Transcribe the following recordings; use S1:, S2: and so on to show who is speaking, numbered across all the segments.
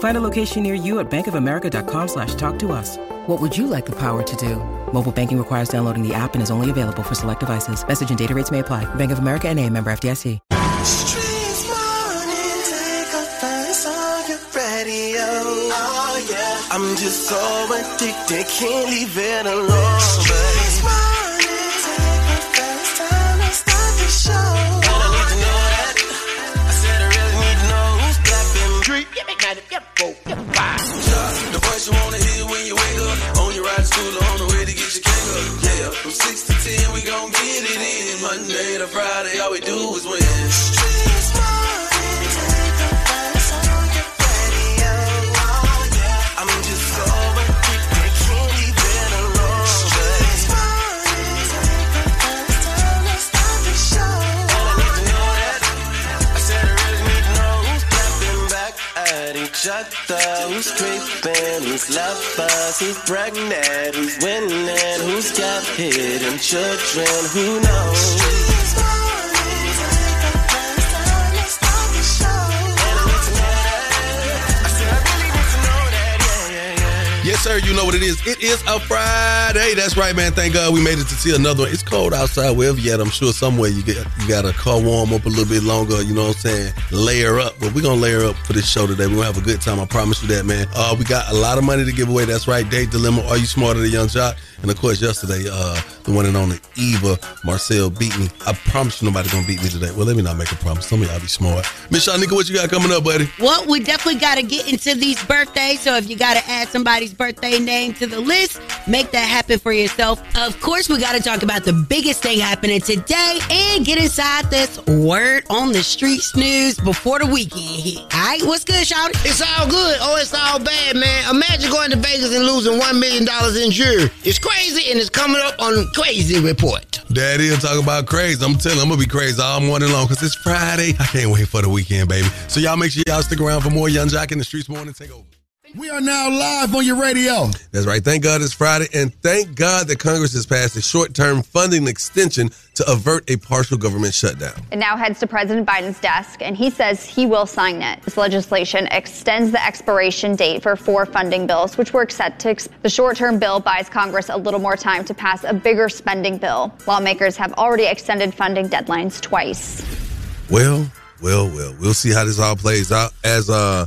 S1: Find a location near you at bankofamerica.com slash talk to us. What would you like the power to do? Mobile banking requires downloading the app and is only available for select devices. Message and data rates may apply. Bank of America and a member FDIC.
S2: Streets morning, take a first on your radio. Oh yeah, I'm just so addicted, can't leave it alone. Streets morning, take a first time, I start the show. And I need to know that. I said I really need to know who's black and Street, you make night if you the voice you wanna hear when you wake up. On your ride to school or on the way to get your cake up. Yeah, from six to ten we gon' get it in. Monday to Friday, all we do is win. I'm just so addicted, can't leave it alone. And I need to know that. I said I really need to know who's clapping back at each other, who's creeping, who's lovers, who's pregnant, who's winning, who's got hidden children, who knows? And I need to know that. I said I really need to know that, yeah, yeah, yeah.
S3: Yes, sir. You know what it is. It is a Friday. That's right, man. Thank God we made it to see another one. It's cold outside, wherever yet. I'm sure somewhere you get you got a car warm up a little bit longer. You know what I'm saying? Layer up. But we're gonna layer up for this show today. We're gonna have a good time. I promise you that, man. Uh, we got a lot of money to give away. That's right. Date dilemma. Are you smarter than Young Jock? And of course, yesterday, uh, the one and only Eva Marcel beat me. I promise you, nobody gonna beat me today. Well, let me not make a promise. Some of y'all be smart. Miss Shanika, what you got coming up, buddy?
S4: Well, we definitely got to get into these birthdays. So if you got to add somebody's birthday name to the list, make that happen for yourself. Of course, we got to talk about the biggest thing happening today and get inside this word on the streets news before the weekend hit. All right, what's good, shout?
S5: It's all good. Oh, it's all bad, man. Imagine going to Vegas and losing $1 million in jewelry. It's crazy, and it's coming up on Crazy Report.
S3: Daddy is talking about crazy. I'm telling you, I'm gonna be crazy all morning long because it's Friday. I can't wait for the weekend, baby. So y'all make sure y'all stick around for more Young Jock in the Streets Morning Takeover.
S6: We are now live on your radio.
S3: That's right. Thank God it's Friday, and thank God that Congress has passed a short-term funding extension to avert a partial government shutdown.
S7: It now heads to President Biden's desk, and he says he will sign it. This legislation extends the expiration date for four funding bills, which were set to exp- the short-term bill buys Congress a little more time to pass a bigger spending bill. Lawmakers have already extended funding deadlines twice.
S3: Well, well, well. We'll see how this all plays out as uh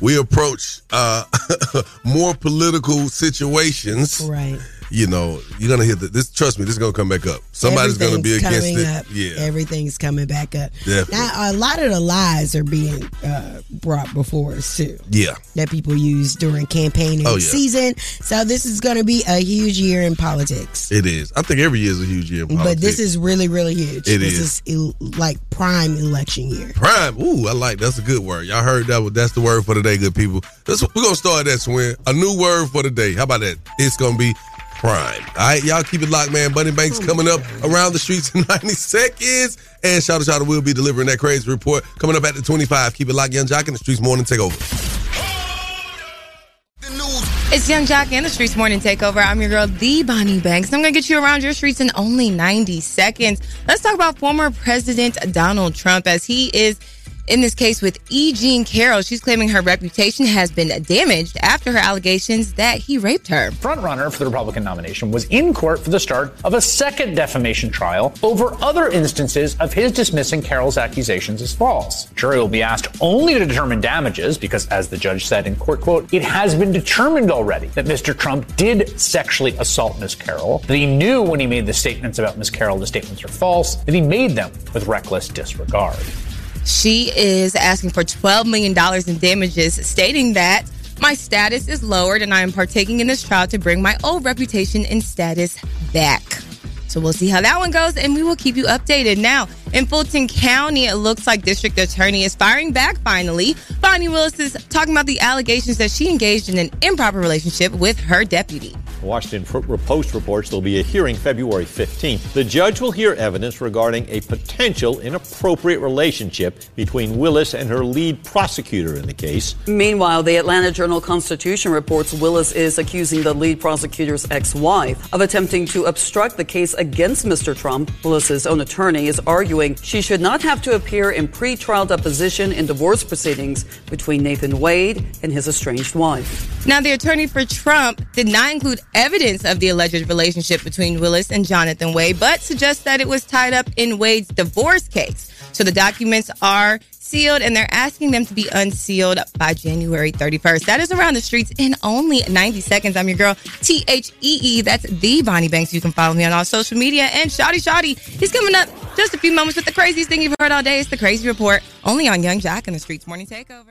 S3: we approach uh more political situations.
S4: Right.
S3: You know, you're gonna hear the, this. Trust me, this is gonna come back up. Somebody's gonna be
S8: Everything's
S3: against it.
S8: coming Up.
S3: Yeah.
S8: Everything's coming back up.
S3: Definitely.
S8: Now, a lot of the lies are being uh, brought before us, too,
S3: yeah.
S8: that people use during campaigning
S3: Oh, yeah.
S8: season. So, this is going to be a huge year in politics.
S3: It is. I think every year is a huge year. in
S8: But this
S3: politics.
S8: is really, really huge.
S3: It
S8: this
S3: is.
S8: is, el- like prime election year.
S3: Prime. Ooh, I like that's a good word. Y'all heard that? one. That's the word for today, good people. That's we're gonna start that swing. A new word for the day. How about that? It's gonna be prime. All right, y'all keep it locked, man. Bunny Banks
S8: Oh,
S3: coming up around the streets in 90 seconds. And shout out, shout out, we'll be delivering that crazy report coming up at the 25. Keep it locked, Young Jock in the streets morning takeover.
S9: It's Young Jock and the Streets Morning Takeover. I'm your girl, The Bonnie Banks. I'm going to get you around your streets in only 90 seconds. Let's talk about former President Donald Trump as he is in this case with E. Jean Carroll. She's claiming her reputation has been damaged after her allegations that he raped her.
S10: frontrunner for the Republican nomination was in court for the start of a second defamation trial over other instances of his dismissing Carroll's accusations as false. Jury will be asked only to determine damages because, as the judge said in court, quote, it has been determined already that Mr. Trump did sexually assault Ms. Carroll, that he knew when he made the statements about Ms. Carroll the statements are false, that he made them with reckless disregard.
S9: She is asking for $12 million in damages, stating that my status is lowered and I am partaking in this trial to bring my old reputation and status back. So we'll see how that one goes and we will keep you updated. Now, in Fulton County, it looks like District Attorney is firing back finally. Bonnie Willis is talking about the allegations that she engaged in an improper relationship with her deputy.
S11: The Washington Post reports there'll be a hearing February 15th. The judge will hear evidence regarding a potential inappropriate relationship between Willis and her lead prosecutor in the case.
S12: Meanwhile, the Atlanta Journal Constitution reports Willis is accusing the lead prosecutor's ex wife of attempting to obstruct the case against Mr. Trump. Willis's own attorney is arguing she should not have to appear in pretrial deposition in divorce proceedings between Nathan Wade and his estranged wife.
S9: Now, the attorney for Trump did not include evidence of the alleged relationship between Willis and Jonathan Wade, but suggests that it was tied up in Wade's divorce case. So the documents are sealed and they're asking them to be unsealed by January 31st. That is around the streets in only 90 seconds. I'm your girl, T H E E. That's the Bonnie Banks. You can follow me on all social media. And Shotty Shotty, he's coming up just a few moments with the craziest thing you've heard all day. It's the Crazy Report, only on Young Jock and the Streets Morning Takeover.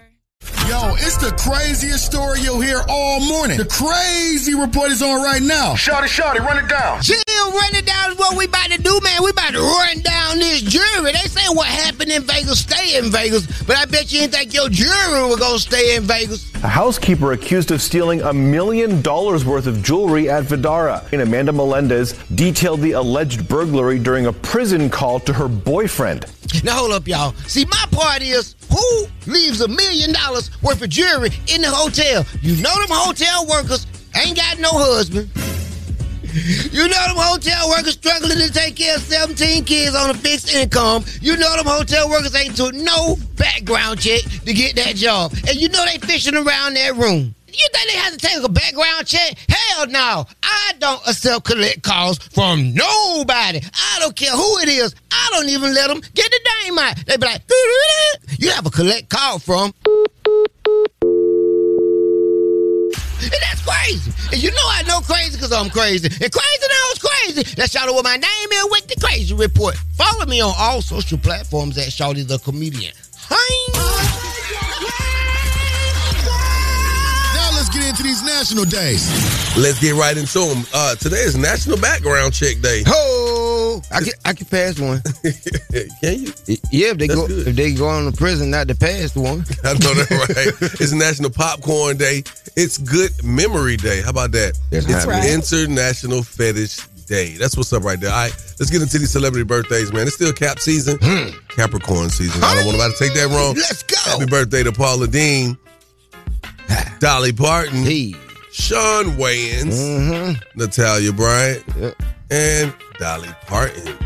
S6: Yo, it's the craziest story you'll hear all morning. The crazy report is on right now. Shotty, shotty, run it down.
S5: Chill, run it down is what we about to do, man. We about to run down this jury. They say what happened in Vegas stay in Vegas, but I bet you didn't think your jury was gonna stay in Vegas.
S13: A housekeeper accused of stealing a million dollars worth of jewelry at Vidara. And Amanda Melendez detailed the alleged burglary during a prison call to her boyfriend.
S5: Now hold up, y'all. See, my part is who leaves a million dollars worth of jewelry in the hotel? You know them hotel workers ain't got no husband. You know them hotel workers struggling to take care of 17 kids on a fixed income. You know them hotel workers ain't doing no background check to get that job. And you know they fishing around that room. You think they have to take a background check? Hell no. I don't accept collect calls from nobody. I don't care who it is. I don't even let them get the name out. They be like, you have a collect call from. And that's crazy. And you know I know crazy because I'm crazy. And crazy knows crazy. That's Shawty what my name is with the crazy report. Follow me on all social platforms at Shawty the Comedian.
S6: Now let's get into these national days.
S3: Let's get right into them. Uh, today is National Background Check Day. Oh.
S5: Ho! I can I can pass one.
S3: Can you?
S5: Yeah, if they
S3: That's
S5: go
S3: good.
S5: if they go on to prison, not the past one.
S3: I know that right. it's National Popcorn Day. It's Good Memory Day. How about that?
S5: That's
S3: it's
S5: right.
S3: International Fetish Day. That's what's up right there. All right, let's get into these celebrity birthdays, man. It's still Cap season,
S5: Hmm.
S3: Capricorn season. I don't want nobody to take that wrong. Let's go. Happy birthday to Paula Dean, Dolly Parton, Sean Wayans,
S5: Mm-hmm.
S3: Natalia Bryant, and Dolly Parton.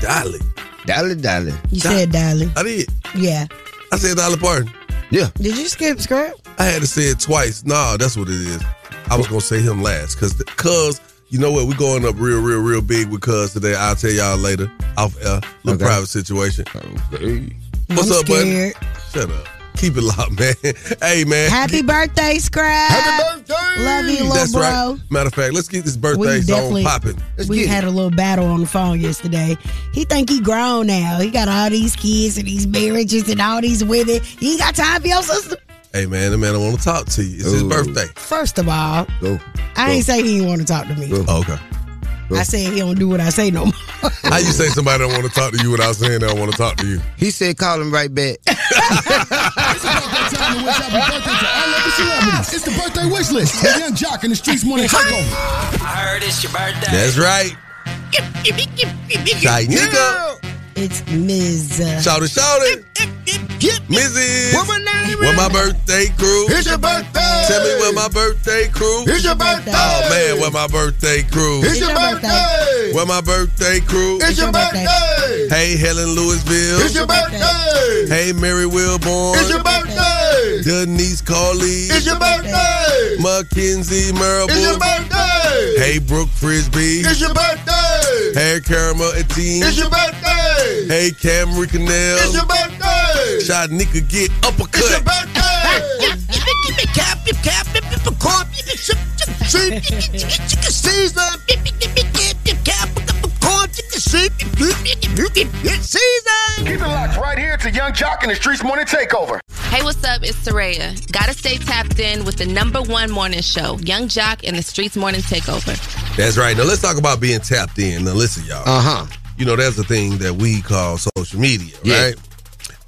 S3: Dolly.
S5: Dolly, Dolly.
S4: You said Dolly.
S3: I did.
S4: Yeah.
S3: I said Dolly Parton.
S5: Yeah.
S4: Did you skip script?
S3: I had to say it twice. No, that's what it is. I was gonna say him last, cause, cause you know what? We're going up real, real, real big with Cuz today. I'll tell y'all later. Off air, little private situation. What's
S4: I'm
S3: up, buddy?
S4: scared.
S3: Shut up. Keep it locked, man. hey, man.
S4: Happy birthday, Scrap. Happy birthday. Love you, little
S3: That's
S4: bro.
S3: right. Matter of fact, let's get this birthday
S4: We
S3: song
S4: definitely
S3: popping.
S4: we had a little battle on the phone yesterday. He think he grown now. He got all these kids and these marriages and all these women. He ain't got time for your sister.
S3: Hey, man, the man I want to talk to you. It's his birthday.
S4: First of all,
S3: Go.
S4: I ain't say he didn't want to talk to me.
S3: Okay.
S4: I said he don't do what I say no more.
S3: How you say somebody don't want to talk to you without saying they don't want to talk to you?
S5: He said call him right back.
S6: Time to wish happy birthday to all of the celebrities. It's the birthday wish list. The young jock in the streets morning takeover.
S14: I heard it's your birthday.
S3: That's right. Shy nigga.
S4: It's Ms.
S3: Shout it, shout it. Mrs.
S4: What my name
S3: Where
S4: is?
S3: my birthday crew?
S4: Here's your birthday.
S3: Tell me where my birthday crew?
S4: Here's your birthday.
S3: Oh man, where my birthday crew?
S4: Here's your birthday.
S3: Where my birthday crew?
S4: Here's your birthday.
S3: Hey Helen Louisville.
S4: Here's your
S3: birthday. Hey Mary Wilborn.
S4: Here's your
S3: birthday. Denise Carly. It's your birthday. Mackenzie Marable. It's your birthday. Hey Brooke Frisbee. It's your birthday. Hey Caramel Etienne. It's your birthday. Hey Camry Cannell. It's your birthday. Shot Nika get uppercut. It's your
S14: Capricorn, chicken Capricorn, chicken
S6: season. Keep it locked right here to Young Jock and the Streets Morning Takeover.
S15: Hey, what's up? It's Soraya. Gotta stay tapped in with the number one morning show, Young Jock and the Streets Morning Takeover.
S3: That's right. Now let's talk about being tapped in. Now listen, y'all. Uh huh. You know, that's the thing that we call social media, right?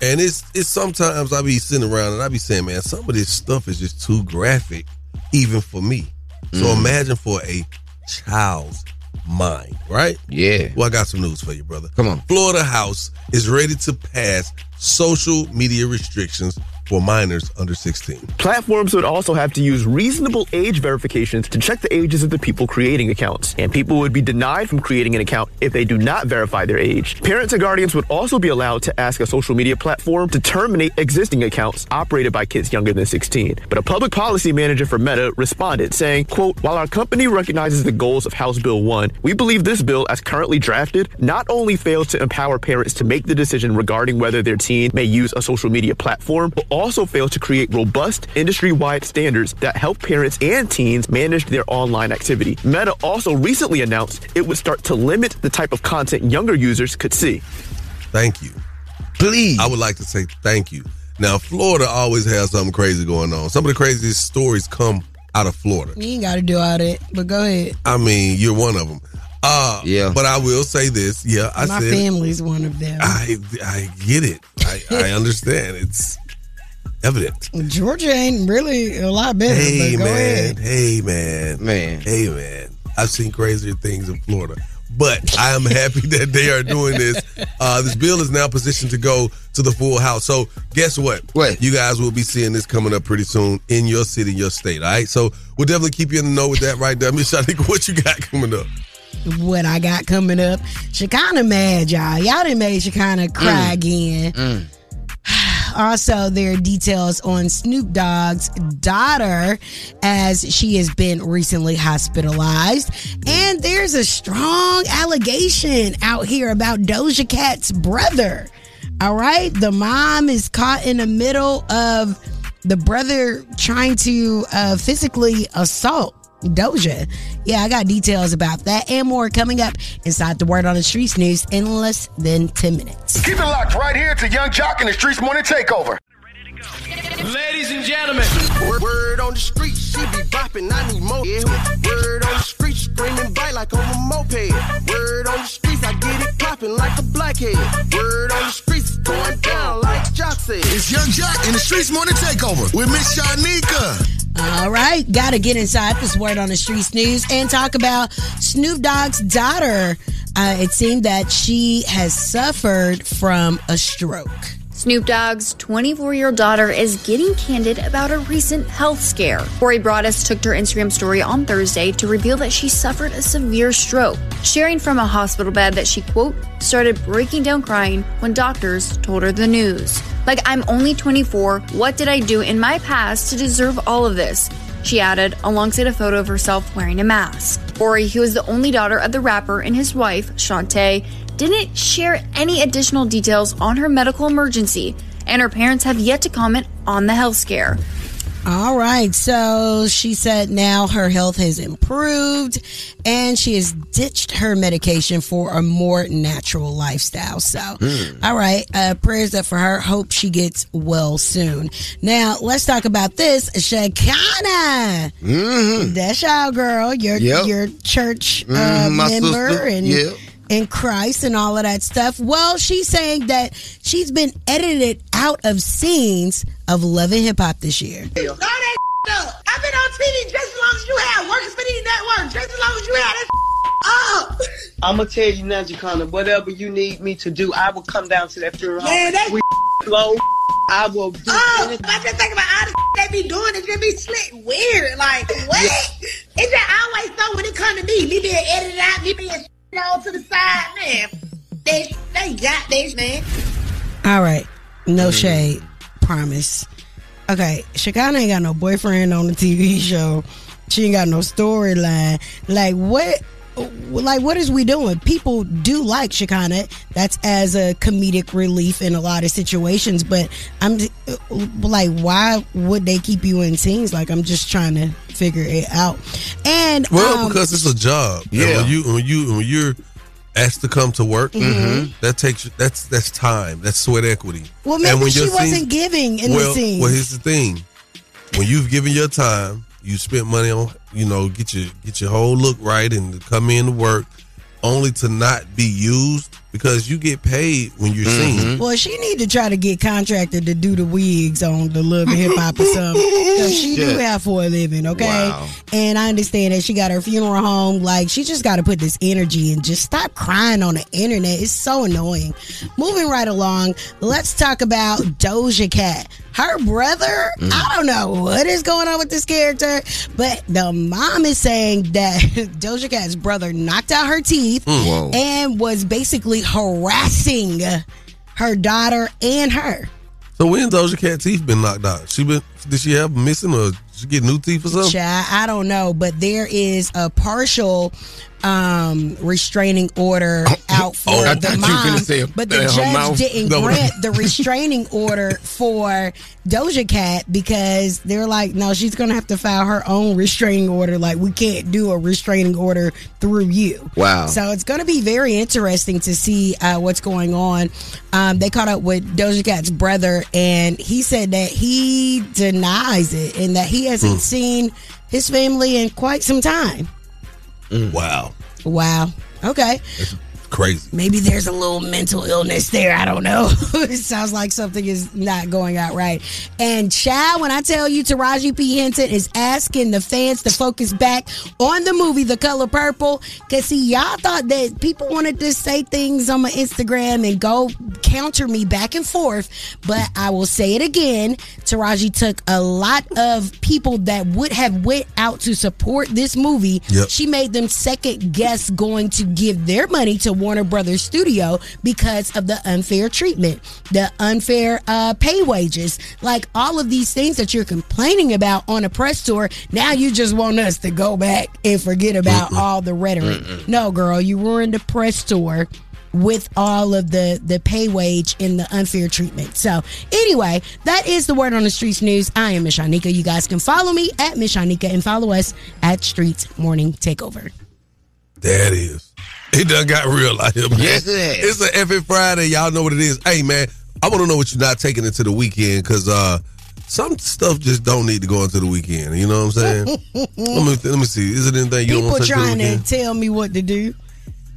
S3: And it's it's sometimes I be sitting around and I be saying, man, some of this stuff is just too graphic, even for me. So
S16: Mm.
S3: imagine for a child's mind, right? Yeah. Well, I got some news for you, brother. Come on. Florida House is ready to pass social media restrictions for minors under 16.
S16: Platforms would also have to use reasonable age verifications to check the ages of the people creating accounts, and people would be denied from creating an account if they do not verify their age. Parents and guardians would also be allowed to ask a social media platform to terminate existing accounts operated by kids younger than 16. But a public policy manager for Meta responded, saying, quote, While our company recognizes the goals of House Bill 1, we believe this bill, as currently drafted, not only fails to empower parents to make the decision regarding whether their teen may use a social media platform, but also fails to create robust industry wide standards that help parents and teens manage their online activity. Meta also recently announced it would start to limit the type of content younger users could see.
S3: Thank you. Please. I would like to say thank you. Now, Florida always has something crazy going on. Some of the craziest stories come out of Florida.
S4: You ain't got to do all that, but go ahead.
S3: I mean, you're one of them. Uh, yeah. But I will say this. Yeah, I
S4: My
S3: said
S4: family's one of them.
S3: I I get it. I, I understand. It's evident.
S4: Georgia ain't really a lot better.
S3: Hey
S4: but go ahead.
S3: man. Hey man. Man. Hey man. I've seen crazier things in Florida. But I am happy that they are doing this. Uh, this bill is now positioned to go to the full house. So guess what? What? You guys will be seeing this coming up pretty soon in your city, your state. All right. So we'll definitely keep you in the know with that right there. Miss Shanika, what you got coming up?
S4: What I got coming up. Shekinah mad, y'all. Y'all done made Shekinah cry
S3: Mm.
S4: again. Also, there are details on Snoop Dogg's daughter as she has been recently hospitalized. And there's a strong allegation out here about Doja Cat's brother. All right. The mom is caught in the middle of the brother trying to uh, physically assault. Doja. Yeah, I got details about that and more coming up inside the Word on the Streets news in less than 10 minutes.
S6: Keep it locked right here to Young Jock and the Streets Morning Takeover.
S17: Ladies and gentlemen,
S2: Word, word on the street, she be bopping, I need more. Yeah. Word on the street, screaming bite like on a moped. Word on the streets, I get it popping like a blackhead. Word on the streets, going down like Jock said.
S6: It's Young Jock and the Streets Morning Takeover with Miss Shanika.
S4: All right, gotta get inside this word on the streets news and talk about Snoop Dogg's daughter. Uh, it seemed that she has suffered from a stroke.
S18: Snoop Dogg's 24 year old daughter is getting candid about a recent health scare. Corey Broaddus took to her Instagram story on Thursday to reveal that she suffered a severe stroke, sharing from a hospital bed that she, quote, started breaking down crying when doctors told her the news. Like, I'm only 24. What did I do in my past to deserve all of this? She added, alongside a photo of herself wearing a mask. Corey, who is the only daughter of the rapper and his wife, Shantae, didn't share any additional details on her medical emergency, and her parents have yet to comment on the health scare.
S4: All right, so she said now her health has improved and she has ditched her medication for a more natural lifestyle. So,
S2: Hmm.
S4: all right, uh, prayers up for her. Hope she gets well soon. Now, let's talk about this Shekinah.
S19: Mhm.
S4: That's y'all, girl. Your,
S19: Yep.
S4: your church uh,
S19: Mhm, my
S4: member
S19: sister.
S4: and
S19: Yep.
S4: in Christ and all of that stuff. Well, she's saying that she's been edited out of scenes of Love and Hip Hop this year.
S14: Throw that up. I've been on TV just as long as you have, working for these networks, just as long as you have that up.
S20: I'm gonna tell you now, Jacana, whatever you need me to do, I will come down to that funeral.
S14: Man, that
S20: we low. I will do
S14: Oh,
S20: anything.
S14: I just think about all the they be doing, it just be slick weird. Like, what? It just always so when it come to me, me being edited out, me being thrown to the side, man. They, they got this, man.
S4: All right. No
S3: Mm.
S4: shade. Promise. Okay. Shekinah ain't got no boyfriend on the TV show. She ain't got no storyline. Like what like what is we doing? People do like Shekinah. That's as a comedic relief in a lot of situations, but I'm uh, like why would they keep you in scenes? Like I'm just trying to figure it out. And
S3: Well,
S4: um,
S3: because it's a job. And
S4: Yeah.
S3: when you when you when you're asked to come to work.
S4: Mhm.
S3: That takes that's that's time. That's sweat equity.
S4: Well,
S3: And
S4: maybe
S3: when
S4: she
S3: your
S4: wasn't
S3: scenes-
S4: giving in
S3: well,
S4: the scene.
S3: Well, here's the thing: when you've given your time, you spent money on, you know, get your get your whole look right and to come in to work, only to not be used because you get paid when you're seen.
S4: Well, she need to try to get contracted to do the wigs on the Love and Hip Hop or something. 'Cause she do
S3: Shit.
S4: have for a living, okay?
S3: Wow.
S4: And I understand that she got her funeral home. Like she just got to put this energy and just stop crying on the internet. It's so annoying. Moving right along, let's talk about Doja Cat. Her brother,
S2: Mm.
S4: I don't know what is going on with this character, but the mom is saying that Doja Cat's brother knocked out her teeth
S2: Mm. Whoa.
S4: Hmm. and was basically harassing her daughter and her.
S3: So when Doja Cat teeth been knocked out? She been did she have them missing or she get new teeth or something?
S4: Child, I don't know, but there is a partial um, restraining order out for
S21: oh, I thought
S4: the
S21: you
S4: mom,
S21: finna say,
S4: but the
S21: uh, her
S4: judge
S21: mouth.
S4: didn't
S21: No.
S4: grant the restraining order for Doja Cat because they're like, no, she's gonna have to file her own restraining order. Like, we can't do a restraining order through you.
S19: Wow.
S4: So it's going to be very interesting to see uh, what's going on. Um, they caught up with Doja Cat's brother, and he said that he denies it and that he hasn't
S3: Hmm.
S4: seen his family in quite some time.
S3: Wow,
S4: Wow. Okay.
S3: crazy.
S4: Maybe there's a little mental illness there. I don't know. it sounds like something is not going out right. And Chow, when I tell you Taraji P. Henson is asking the fans to focus back on the movie The Color Purple, because see, y'all thought that people wanted to say things on my Instagram and go counter me back and forth. But I will say it again. Taraji took a lot of people that would have went out to support this movie.
S2: Yep.
S4: She made them second guess going to give their money to Warner Brothers Studio because of the unfair treatment, the unfair uh, pay wages, like all of these things that you're complaining about on a press tour. Now you just want us to go back and forget about all the rhetoric.
S2: Mm-mm.
S4: No, girl, you ruined the press tour with all of the the pay wage and the unfair treatment. So anyway, that is the word on the streets news. I am Miss Shanika. You guys can follow me at Miss Shanika and follow us at Streets Morning Takeover.
S3: That is. It done got real out here, man.
S19: Yes, it has.
S3: It's an epic Friday. Y'all know what it is. Hey, man, I want to know what you're not taking into the weekend because uh, some stuff just don't need to go into the weekend. You know what I'm saying? let, me, let me see. Is it anything you don't
S4: People
S3: want to take
S4: trying
S3: into the
S4: to
S3: weekend?
S4: tell me what to do.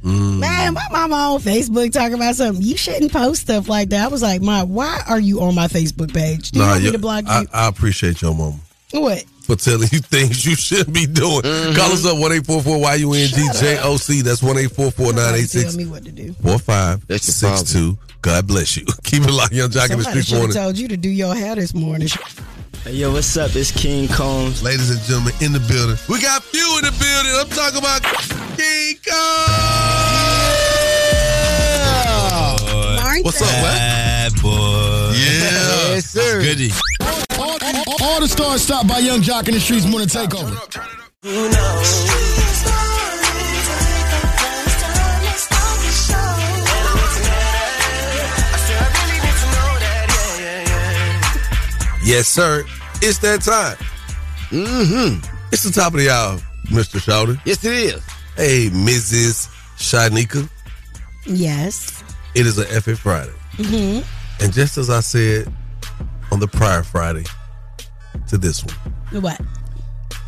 S3: Mm.
S4: Man, my mama on Facebook talking about something. You shouldn't post stuff like that. I was like, Ma, why are you on my Facebook page? Do you
S3: Nah,
S4: want me
S3: yeah,
S4: to block
S3: I,
S4: you?
S3: I appreciate your mama
S4: what?
S3: for telling you things you shouldn't be doing.
S4: Mm-hmm.
S3: Call us up one eight four four Y U N G J O C. That's one eight four four nine eight
S4: Tell
S3: six
S4: me what to do.
S3: four five six two. God bless you. Keep it locked, Young Jock in the
S4: Somebody
S3: street
S4: should have
S3: morning.
S4: told you to do your hair this morning.
S3: Hey, yo, what's up? It's King Combs. Ladies and gentlemen, in the building. We got few in the building. I'm talking about King Combs. What's up, man?
S5: Bad boy.
S3: Yeah.
S5: yes, sir. Goody.
S6: All, all- all the stars stopped by Young Jock in the Streets Morning Takeover.
S2: You know.
S3: Yes, sir. It's that time. Mm-hmm. It's the top of the hour, Mr. Shouter. Yes, it is. Hey, Mrs. Shanika.
S4: Yes.
S3: It is an effing Friday.
S4: hmm
S3: And just as I said on the prior Friday to this one,
S4: What?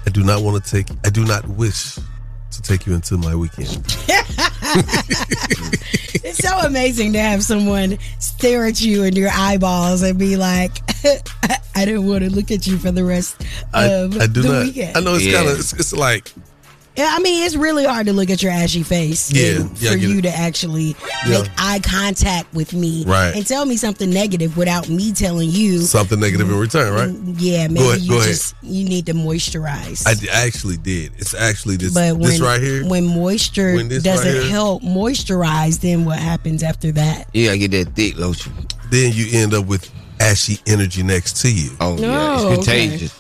S3: I do not want to take, I do not wish to take you into my weekend.
S4: It's so amazing to have someone stare at you in your eyeballs and be like, I didn't want to look at you for the rest
S3: I,
S4: of
S3: I do
S4: Um, the
S3: not.
S4: weekend.
S3: I know it's
S4: yeah.
S3: kind of, it's, it's like,
S4: I mean, it's really hard to look at your ashy face.
S3: Yeah,
S4: and
S3: yeah, I
S4: for
S3: get
S4: you
S3: it.
S4: to actually
S3: Yeah.
S4: make eye contact with me
S3: Right.
S4: and tell me something negative without me telling you.
S3: something negative in return, right?
S4: Yeah, maybe
S3: ahead,
S4: you
S3: go ahead.
S4: just you need to moisturize.
S3: I, d- I actually did. It's actually this,
S4: but when,
S3: this right here.
S4: when moisture
S3: When this right
S4: doesn't
S3: here.
S4: help moisturize, then what happens after that?
S3: Yeah, I get that thick lotion. Then you end up with ashy energy next to you. Oh,
S4: yeah, it's Oh, okay. contagious.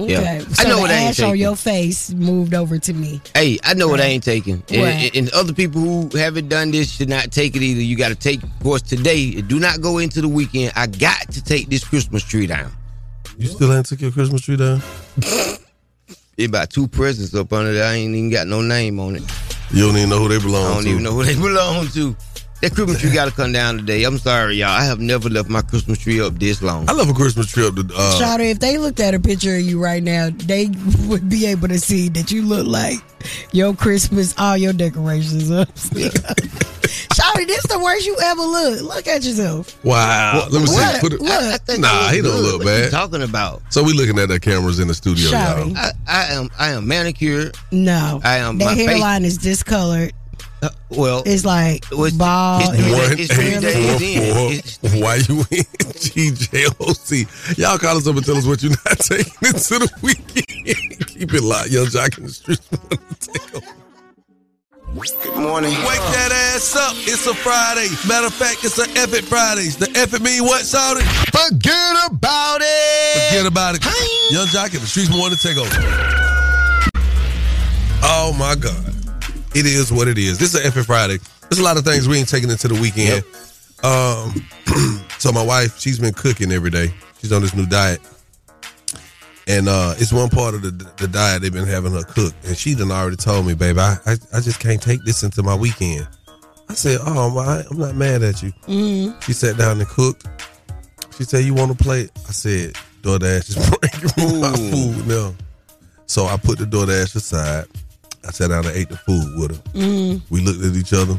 S4: Okay.
S5: Yeah.
S4: So
S5: I know
S4: the
S5: what I ain't
S4: ash on
S5: taking.
S4: your face moved over to me.
S5: Hey, I know what I ain't taking. And,
S4: What?
S5: and other people who haven't done this should not take it either. You got to take, of course, today. Do not go into the weekend. I got to take this Christmas tree down.
S3: You still ain't took your Christmas tree down?
S5: It about two presents up under there. I ain't even got no name on it.
S3: You don't even know who they belong
S5: I don't
S3: to.
S5: even know who they belong to. That Christmas tree gotta come down today. I'm sorry, y'all. I have never left my Christmas tree up this long.
S3: I love a Christmas tree up to uh,
S4: Shawty, if they looked at a picture of you right now, they would be able to see that you look like your Christmas, all your decorations up. Shawty, this the worst you ever look. Look at yourself.
S3: Wow.
S5: What-
S3: Let me see.
S5: what-
S3: Put it-
S5: what? I- I think I
S3: nah,
S5: look
S3: he don't
S5: good.
S3: look
S5: What
S3: bad.
S5: you talking about?
S3: So we looking at the cameras in the studio, y'all.
S5: I, I am I am manicured.
S4: No.
S5: I am Um,
S4: That
S5: my face. Uh, Oh.
S4: hairline is discolored.
S5: Well,
S4: It's like
S5: What's-
S4: bald.
S5: it's
S4: and-
S3: One eight
S5: It's three days in.
S3: four four. Why you in GJOC? Y'all call us up and tell us what you're not taking into the weekend. Keep it locked, yo. Jock in the streets. Good morning. Wake that ass up. It's a Friday. Matter of fact, it's an effort Fridays. The effort mean what, Saudi? Forget about it. Forget about it. Young Jock in the streets more to take over. Oh my God. It is what it is. This is an effing Friday. There's a lot of things we ain't taking into the weekend. Um, so my wife, she's been cooking every day. She's on this new diet. And uh, it's one part of the, the diet they've been having her cook. And she done already told me, babe, I, I, I just can't take this into my weekend. I said, oh, my, I'm not mad at you.
S2: Mhm.
S3: She sat down and cooked. She said, you want to plate? I said, DoorDash is bringing my food now. So I put the DoorDash aside. I sat down and ate the food with her.
S2: Mm.
S3: We looked at each other.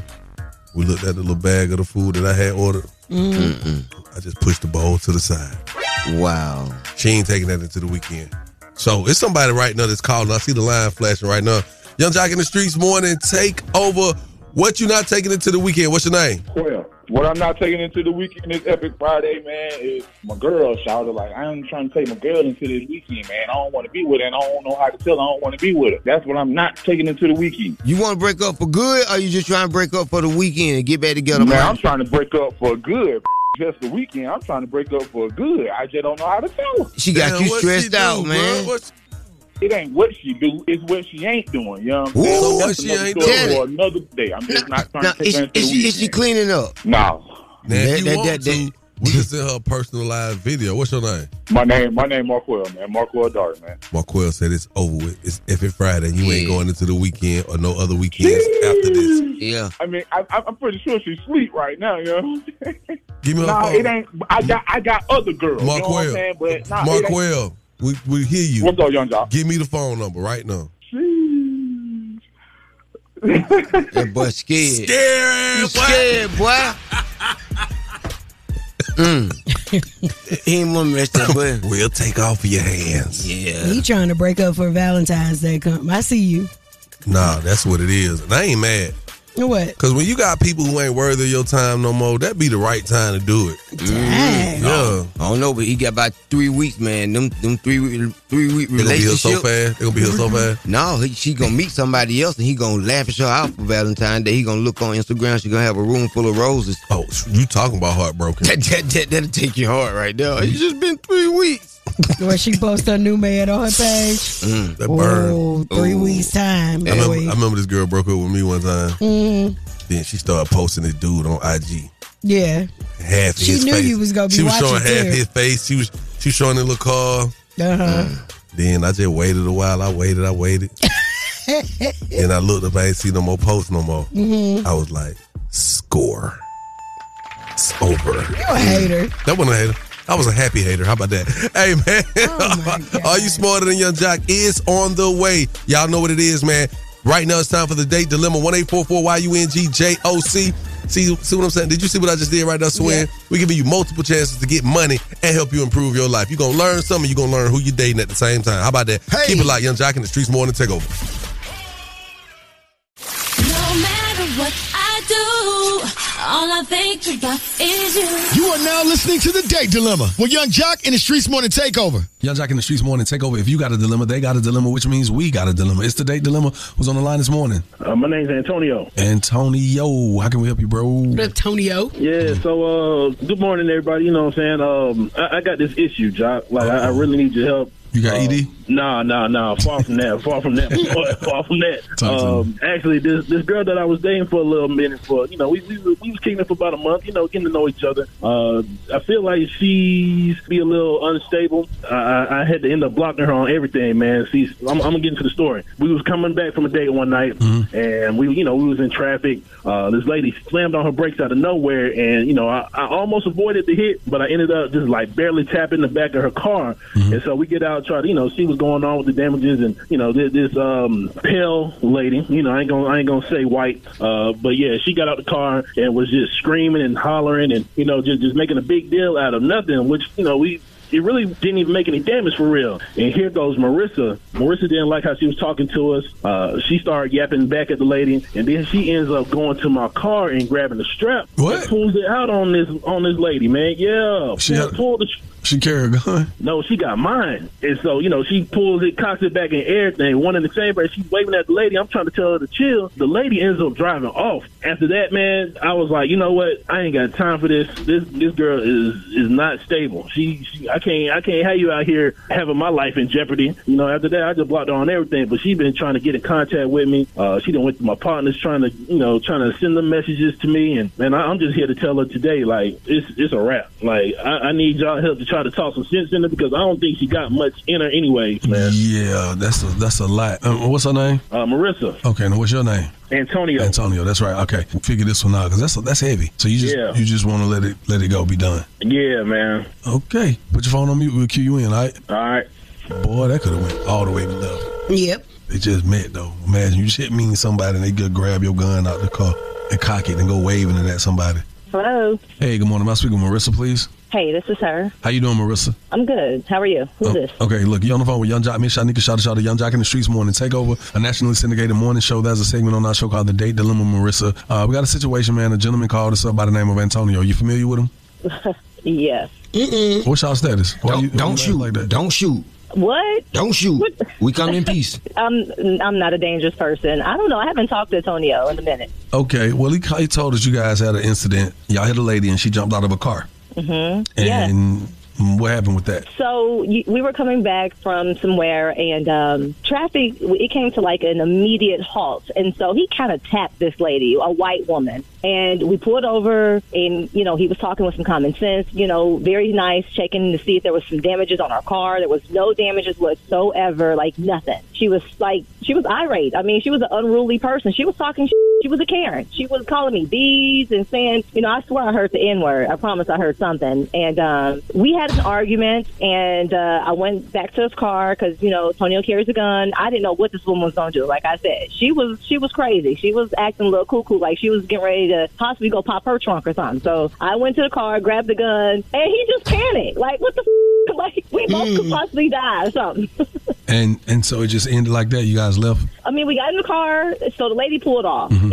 S3: We looked at the little bag of the food that I had ordered.
S2: Mm. Mm-mm.
S22: Mm-hmm.
S3: I just pushed the bowl to the side. Wow. She ain't taking that into the weekend. So it's somebody right now that's calling. I see the line flashing right now. Young Jock in the streets morning. Take over. What you not taking into the weekend? What's your name?
S22: Well, what I'm not taking into the weekend this Epic Friday, man, is my girl shouted like, I ain't trying to take my girl into this weekend, man. I don't want to be with her, and I don't know how to tell her I don't want to be with her. That's what I'm not taking into the weekend.
S5: You want to break up for good, or you just trying to break up for the weekend and get back together?
S22: Man,
S5: man?
S22: I'm trying to break up for good. Just the weekend. I'm trying to break up for good. I just don't know how to tell her.
S5: She got Damn, you what she stressed do, out, bro? man.
S22: It ain't what she do, it's what she ain't doing, young.
S5: Ooh,
S22: so
S5: what
S22: that's
S5: she
S22: another
S5: ain't
S22: story
S5: doing.
S22: for another day. I'm just not trying
S5: Now,
S22: to take
S5: is,
S22: her into
S5: is,
S22: the
S5: she, is she
S22: weekend.
S5: cleaning up?
S22: No.
S3: Now, if you
S22: That- that-
S3: want
S22: that-
S3: to, we can send her a personalized video. What's your name?
S22: My name, my name, Markwell, man. Markwell Dart, man.
S3: Marquel said it's over with. It's every Friday. You ain't going into the weekend or no other weekends after this. Yeah.
S22: I mean, I, I- I'm pretty sure she's asleep right now, yo.
S3: Give me her
S22: nah,
S3: phone.
S22: it ain't. I got, I got other girls. you know what I'm
S3: Markwell.
S22: saying? But nah, it ain't-
S3: Marquel, we, we hear you.
S22: What's up, young job?
S3: Give me the phone number right now.
S5: That boy scared.
S3: Scared,
S5: you scared, boy. mm. he ain't want to mess that boy.
S3: We'll take off your hands.
S5: Yeah.
S4: He trying to break up for Valentine's Day. Come, I see you.
S3: Nah, that's what it is. And I ain't mad.
S4: What?
S3: Cause when you got people who ain't worthy of your time no more, that be the right time to do it.
S5: Mm, no. I don't know, but he got about three weeks, man. Them, them three, week- three week
S3: They gonna be here
S5: relationship.
S3: so fast. They gonna be here so fast.
S5: No, he, she gonna meet somebody else, and he gonna lavish her out for Valentine's Day. He gonna look on Instagram. She gonna have a room full of roses.
S3: Oh, you talking about heartbroken?
S5: That, that, that, that'll take your heart right there. It's just been three weeks.
S4: Where she post her new man on her page.
S3: Mm, that burn.
S4: Ooh, Oh, three weeks
S5: Mm.
S4: time.
S3: I remember,
S4: boy.
S3: I remember this girl broke up with me one time.
S4: Mm,
S3: Then she started posting this dude on IG.
S4: yeah.
S3: Half
S4: She
S3: his
S4: knew
S3: face.
S4: you was gonna be
S3: She was
S4: watching
S3: showing half
S4: too.
S3: his face. She was she was showing the little car.
S4: Uh-huh.
S3: Then I just waited a while. I waited. I waited. and I looked up. I ain't see no more posts no more.
S4: Mhm.
S3: I was like, score. It's over. You
S4: a hater.
S3: That wasn't a hater. I was a happy hater. How about that? Hey man, are you smarter than Young Jock? Is on the way. Y'all know what it is, man. Right now it's time for the date dilemma. One eight four four Y U N G J O C. See, see what I'm saying? Did you see what I just did right now, Swin? we giving you multiple chances to get money and help you improve your life. You're gonna learn something, you're gonna learn who you're dating at the same time. How about that? Keep it locked, Young Jock in the streets morning takeover.
S21: No matter what I do, all I think about is you.
S6: You are now listening to The Date Dilemma with Young Jock and the Streets Morning Takeover.
S23: Young Jack in the Streets Morning Takeover. If you got a dilemma, they got a dilemma, which means we got a dilemma. It's the date dilemma. Who's on the line this morning?
S22: Uh, my name's Antonio.
S23: Antonio, how can we help you, bro?
S4: Antonio.
S22: Yeah, so uh good morning everybody. You know what I'm saying? Um I, I got this issue, Jock. Like I, I really need your help.
S3: You got E ED?
S24: No, no, no. Far from that. Far from that. Far, far from that.
S3: Talk to
S24: Um, actually, this this girl that I was dating for a little minute, for you know, we we, were- we was kicking it for about a month, you know, getting to know each other. Uh, I feel like she's be a little unstable. I, I, I had to end up blocking her on everything, man. She's. I'm, I'm gonna get into the story. We was coming back from a date one night,
S3: Mm-hmm.
S24: and we, you know, we was in traffic. Uh, this lady slammed on her brakes out of nowhere, and you know, I, I almost avoided the hit, but I ended up just like barely tapping the back of her car.
S3: Mm-hmm.
S24: And so we get out, try to, you know, see what's going on with the damages, and you know, this, this um, pale lady, you know, I ain't gonna, I ain't gonna say white, uh, but yeah, she got out the car and was just screaming and hollering, and you know, just just making a big deal out of nothing, which you know, we it really didn't even make any damage for real. And here goes Marissa. Marissa didn't like how she was talking to us. Uh, she started yapping back at the lady, and then she ends up going to my car and grabbing the strap. What? Pulls it out on this on this lady, man. Yeah,
S3: She
S24: pull,
S3: had-
S24: pull the.
S3: She carry a gun.
S24: No, she got mine. And so, you know, she pulls it, cocks it back in everything. One in the chamber, and she's waving at the lady. I'm trying to tell her to chill. The lady ends up driving off. After that, man, I was like, you know what? I ain't got time for this. This this girl is is not stable. She, she I can't I can't have you out here having my life in jeopardy. You know, after that I just blocked her on everything. But she been trying to get in contact with me. Uh she done went to my partners trying to you know, trying to send them messages to me and man, I, I'm just here to tell her today, like, it's it's a wrap. Like I, I need y'all help to try to talk some sense in her because I don't think she got much in her anyway.
S3: Yeah, that's a that's a lot. Um, what's her name?
S24: Uh, Marissa.
S3: Okay, now what's your name?
S24: Antonio.
S3: Antonio, that's right. Okay, figure this one out because that's that's heavy. So you just
S24: Yeah.
S3: you just want to let it let it go, be done.
S24: Yeah, man.
S3: Okay, put your phone on mute. We'll cue you in. All right.
S24: All right.
S3: Boy, that could have went all the way to left.
S25: Yep.
S3: They just met though. Imagine you just meeting somebody and they just grab your gun out the car and cock it and go waving it at somebody.
S26: Hello.
S3: Hey, good morning. Am I speaking with Marissa, please?
S26: Hey, this is her.
S3: How you doing, Marissa?
S26: I'm good. How are you? Who's this?
S3: Oh, Okay, look, you on the phone with Young Jock, Miss Shanika, shout out to Young Jock in the Streets Morning Takeover, a nationally syndicated morning show. That's a segment on our show called The Date Dilemma, Marissa. Uh, we got a situation, man. A gentleman called us up by the name of Antonio. You familiar with him?
S26: yes.
S3: Mm-mm. What's y'all status? don't don't shoot. Like that? Don't shoot.
S26: What?
S5: Don't shoot. We come in peace.
S26: I'm I'm not a dangerous person. I don't know. I haven't talked to Antonio in a minute.
S3: Okay, well, he, he told us you guys had an incident. Y'all hit a lady and she jumped out of a car.
S26: hmm Yeah.
S3: And what happened with that?
S26: So y- we were coming back from somewhere, and um, traffic it came to like an immediate halt, and so he kind of tapped this lady, a white woman, and we pulled over, and you know he was talking with some common sense, you know, very nice, checking to see if there was some damages on our car. There was no damages whatsoever, like nothing. She was like she was irate. I mean, she was an unruly person. She was talking. Sh- she was a Karen. She was calling me bees and saying, you know, I swear I heard the N word. I promise I heard something. And um, we had an argument, and uh, I went back to his car because you know Antonio carries a gun. I didn't know what this woman was gonna do. Like I said, she was she was crazy. She was acting a little cuckoo, like she was getting ready to possibly go pop her trunk or something. So I went to the car, grabbed the gun, and he just panicked. Like what the. F-? Like we both could possibly die or something.
S3: And and so it just ended like that. You guys left.
S26: I mean, we got in the car, so the lady pulled off,
S5: Mm-hmm.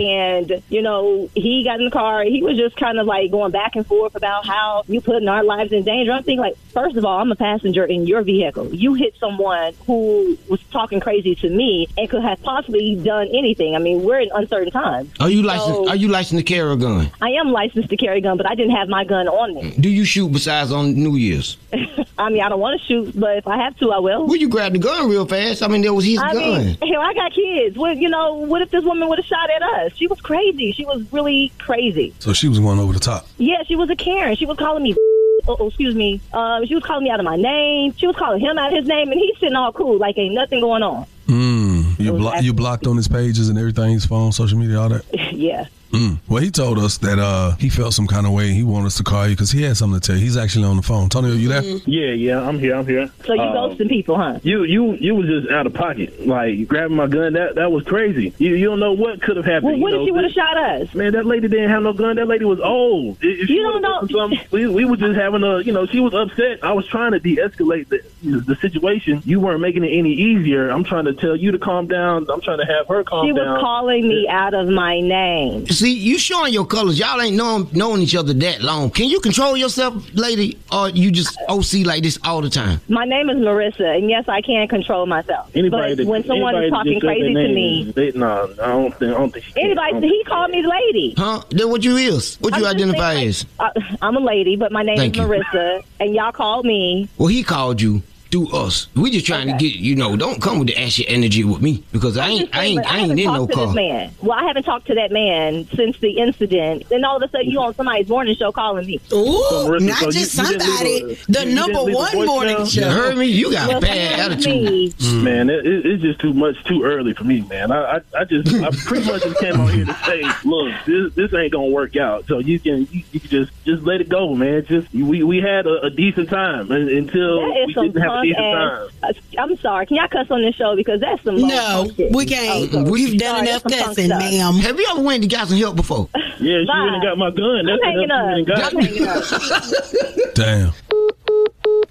S26: and you know he got in the car. He was just kind of like going back and forth about how you putting our lives in danger. I'm thinking like, first of all, I'm a passenger in your vehicle. You hit someone who was talking crazy to me and could have possibly done anything. I mean, we're in uncertain times.
S5: Are you licensed? Are you licensed to carry a gun?
S26: I am licensed to carry a gun, but I didn't have my gun on me.
S5: Do you shoot besides on New Year's?
S26: I mean, I don't want to shoot, but if I have to, I will.
S5: Well, you grabbed the gun real fast. I mean, that was his
S26: I
S5: gun.
S26: mean, hell, I got kids. What you know? What if this woman would have shot at us? She was crazy. She was really crazy.
S3: So she was going over the top.
S26: Yeah, she was a Karen. She was calling me. Oh, oh, excuse me. Um, she was calling me out of my name. She was calling him out of his name, and he's sitting all cool, like ain't nothing going on.
S3: Mm. You blo- you blocked on his pages and everything, his phone, social media, all that.
S26: yeah.
S3: Mm. Well, he told us that uh, he felt some kind of way. He wanted us to call you because he had something to tell you. He's actually on the phone. Tony, are you there?
S24: Yeah, yeah, I'm here, I'm here.
S26: Mm-hmm. So you
S24: Uh,
S26: ghosting people, huh?
S24: You you you was just out of pocket, like grabbing my gun. That that was crazy. You you don't know what could have happened.
S26: Well, what
S24: you know,
S26: if she would have
S24: this-
S26: shot us?
S24: Man, that lady didn't have no gun. That lady was old. If- if she
S26: You don't
S24: would've
S26: know.
S24: done something, we, we were just having a, you know, she was upset. I was trying to de-escalate the, the situation. You weren't making it any easier. I'm trying to tell you to calm down. I'm trying to have her calm
S26: She
S24: down.
S26: was calling me out of my name.
S5: See, you showing your colors. Y'all ain't known known each other that long. Can you control yourself, lady, or you just OC like this all the time?
S26: My name is Marissa, and yes, I can control myself.
S24: Anybody
S26: but
S24: that,
S26: when someone is
S24: anybody
S26: talking
S24: that just said
S26: crazy
S24: their
S26: to
S24: name,
S26: me,
S24: they, no, I don't think. I don't think she can. I don't
S26: anybody, he called me lady.
S5: Huh? Then what you is? What you
S26: I'm just
S5: identify
S26: saying,
S5: as?
S26: I, Uh, I'm a lady, but my name
S5: Thank
S26: is
S5: you.
S26: Marissa, and y'all called me
S5: Well, he called you. through us. We just trying to get you know. Don't come with the ashy energy with me because I ain't I ain't
S26: But
S5: I ain't
S26: haven't
S5: in no
S26: talked to
S5: car.
S26: This man. Well, I haven't talked to that man since the incident. Then all of a sudden, you on somebody's morning show calling me.
S24: So,
S26: Ooh,
S24: Marissa, not so you- just you didn't somebody, leave a- the you- you didn't number leave a one voicemail? morning
S26: morning
S24: show. You heard me? You got a bad attitude. Man, it, it, it's just too much, too early for me, man. I, I, I just, I pretty much just came out here to say, look, this, this ain't gonna work out. So you can, you, you can just, just let it go, man. Just we, we had a, a decent time un- until
S26: That is
S24: we
S26: some
S24: didn't have a
S26: punk
S24: decent
S26: ass.
S24: time.
S26: uh, I'm sorry. Can y'all cuss on this show because that's some
S4: No, we
S26: Oh,
S4: can't. We've done enough cussing, ma'am.
S5: Have you ever went and got some help before?
S24: Yeah, she went and got my gun. That's
S26: I'm hanging
S24: enough. She went and
S26: up.
S24: got
S26: I'm hanging up.
S23: Damn.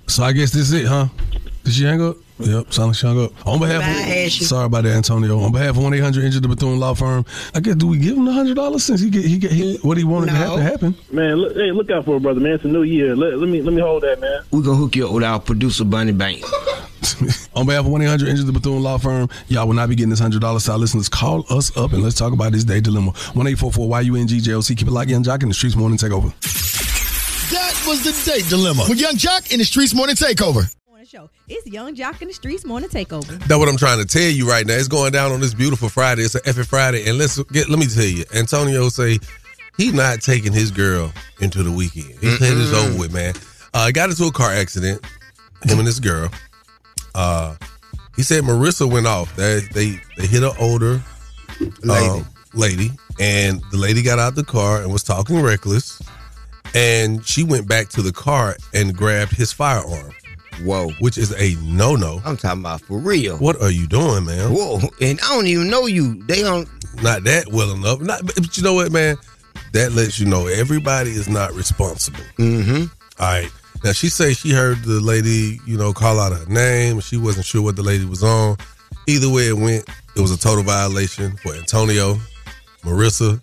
S23: So I guess this is it, huh? Did she hang up? Yep, sounds like she hung up. On behalf
S4: Bye,
S23: of
S4: Ashley.
S23: sorry about that, Antonio. On behalf of one eight hundred injured the Bethune Law Firm, I guess do we give him the hundred dollars since he get he get he, what he wanted to have to happen?
S24: Man, look, hey, look out for it, brother, man. It's a new year. Let, let me, let me hold that, man.
S5: We gonna hook you up with our producer Bunny Banks.
S23: On behalf of 1 800 Injured the Bethune Law Firm, y'all will not be getting this $100 to our listeners. Call us up and let's talk about this day dilemma. 1 844 YUNGJLC. Keep it locked, Young Jock, and the streets morning takeover.
S6: That was the date dilemma with Young Jock in the Streets Morning Takeover.
S7: It's Young Jock in the Streets Morning Takeover.
S3: That's what I'm trying to tell you right now. It's going down on this beautiful Friday. It's an effing Friday, and let's get. Let me tell you, Antonio say he's not taking his girl into the weekend. His head is
S27: Mm-mm.
S3: over with, man. Uh, got into a car accident. Him and this girl. Uh, he said Marissa went off. They they, they hit an older lady. Um, lady, and the lady got out the car and was talking reckless. And she went back to the car and grabbed his firearm.
S5: Whoa.
S3: Which is a no no.
S5: I'm talking about for real.
S3: What are you doing, man?
S5: Whoa, and I don't even know you. They don't
S3: not that well enough. Not, but but you know what, man? That lets you know everybody is not responsible.
S5: Mm-hmm.
S3: All right. Now she says she heard the lady, you know, call out her name. She wasn't sure what the lady was on. Either way it went, it was a total violation for Antonio, Marissa.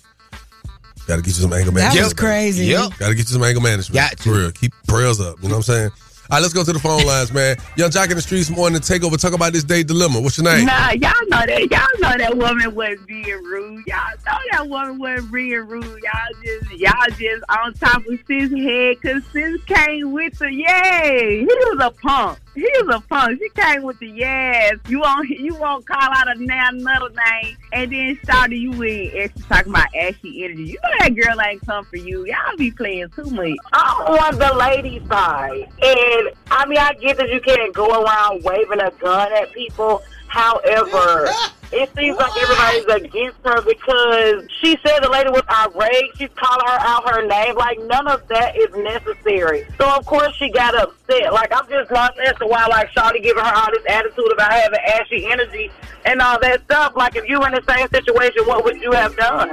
S3: Got to get you some anger
S4: That
S3: management.
S4: was crazy. Yep.
S3: Got to get you some anger management. Got to. For real. Keep prayers up. You know what I'm saying? All right, let's go to the phone lines, man. Young Jock in the streets morning takeover. Talk about this day dilemma. What's your name?
S28: Nah, y'all know that. Y'all know that woman wasn't being rude. Y'all know that woman wasn't being rude. Y'all just, y'all just on top of sis head because sis came with the yay. He was a punk. He was a punk. She came with the yes. You won't, you won't call out a na- another name and then started you with extra talking about ashy energy. You know that girl ain't come for you. Y'all be playing too much.
S29: Oh, I'm on the lady side. And I mean, I get that you can't go around waving a gun at people. However, it seems like everybody's against her because she said the lady was irate. She's calling her out her name. Like, none of that is necessary. So, of course, she got upset. Like, I'm just lost as to why, like, Shawty giving her all this attitude about having ashy energy and all that stuff. Like, if you were in the same situation, what would you have done?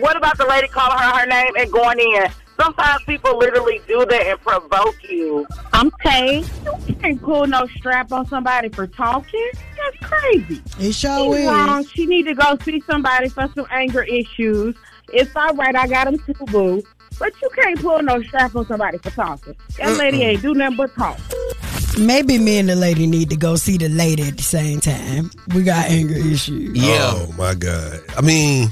S29: What about the lady calling her her name and going in? Sometimes people literally do that and provoke you.
S28: I'm Tay. You can't pull no strap on somebody for talking. That's crazy.
S4: It
S28: sure
S4: is.
S28: Wrong. She need to go see somebody for some anger issues. It's all right. I got them too, boo. But you can't pull no strap on somebody for talking. That lady ain't do nothing but talk.
S4: Maybe me and the lady need to go see the lady at the same time. We got anger issues.
S3: Oh my god. I mean,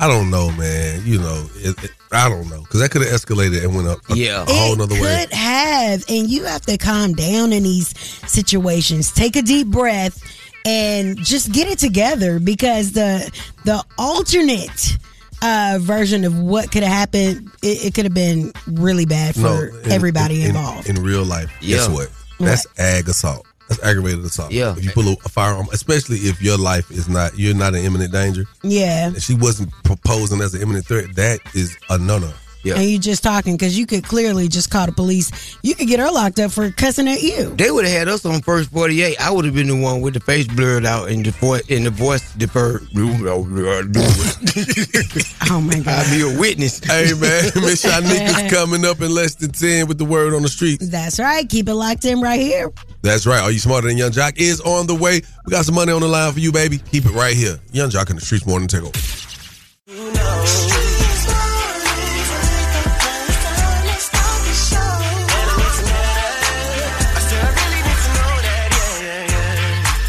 S3: I don't know, man. You know, it, it- I don't know because that could have escalated and went up Oh, a, yeah. a whole nother way.
S4: Could have, and you have to calm down in these situations. Take a deep breath and just get it together because the the alternate uh, version of what could have happened, it, it could have been really bad for
S3: in-
S4: everybody
S3: in- in-
S4: involved.
S3: in, real life. Guess
S5: Yeah.
S3: what? That's ag assault. That's aggravated assault.
S5: Yeah.
S3: If you pull a, a firearm, especially if your life is not, you're not in imminent danger.
S4: yeah.
S3: And she wasn't proposing as an imminent threat. That is a no no.
S4: And you just talking because you could clearly just call the police. You could get her locked up for cussing at you.
S5: They would have had us on first forty eight. I would have been the one with the face blurred out and the voice and the voice deferred.
S4: Oh my god!
S5: I'd be a witness.
S3: Hey man, Miss Shanika's coming up in less than ten with the word on the street.
S4: That's right. Keep it locked in right here.
S3: That's right. Are you smarter than Young Jock? Is on the way. We got some money on the line for you, baby. Keep it right here. Young Jock in the streets morning takeover.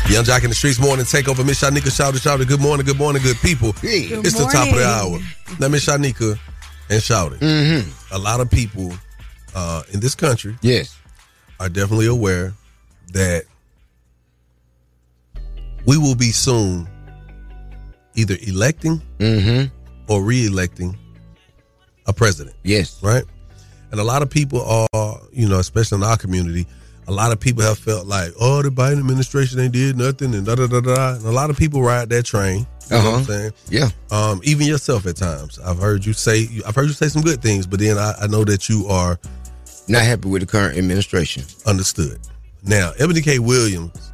S3: Young Jock in the streets morning takeover. Miss Shanika, shout it, shout it. Good morning, good morning, good people.
S5: Good
S3: it's the top of the hour.
S5: morning.
S3: Now, Miss Shanika and shout it.
S5: Mhm.
S3: A lot of people uh, in this country,
S5: yes,
S3: are definitely aware that we will be soon either electing or re-electing a president.
S5: Yes.
S3: Right? And a lot of people are, you know, especially in our community, a lot of people have felt like, oh, the Biden administration ain't did nothing and da da da da. And a lot of people ride that train. You know what
S5: Uh-huh.
S3: I'm saying?
S5: Yeah.
S3: Um, even yourself at times. I've heard you say I've heard you say some good things, but then I, I know that you are
S5: not happy with the current administration.
S3: Understood. Now, Ebony K. Williams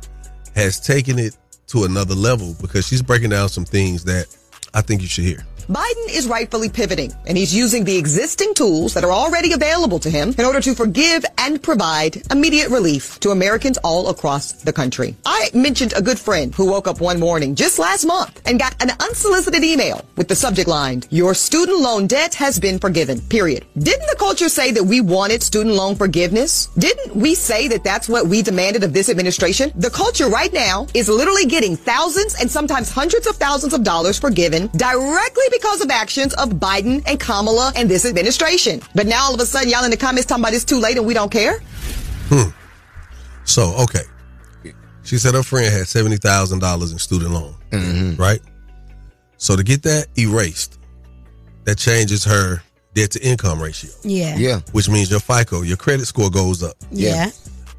S3: has taken it to another level because she's breaking down some things that I think you should hear.
S9: Biden is rightfully pivoting, and he's using the existing tools that are already available to him in order to forgive and provide immediate relief to Americans all across the country. I mentioned a good friend who woke up one morning just last month and got an unsolicited email with the subject line, Your student loan debt has been forgiven, period. Didn't the culture say that we wanted student loan forgiveness? Didn't we say that that's what we demanded of this administration? The culture right now is literally getting thousands and sometimes hundreds of thousands of dollars forgiven directly because of actions of Biden and Kamala and this administration. But now all of a sudden, y'all in the comments talking about it's too late and we don't care?
S3: Hmm. So, okay. She said her friend had $70,000 in student loan,
S4: Mm-hmm.
S3: right? So, to get that erased, that changes her debt to income ratio.
S4: Yeah.
S3: Which means your FICO, your credit score goes up.
S4: Yeah. Yeah.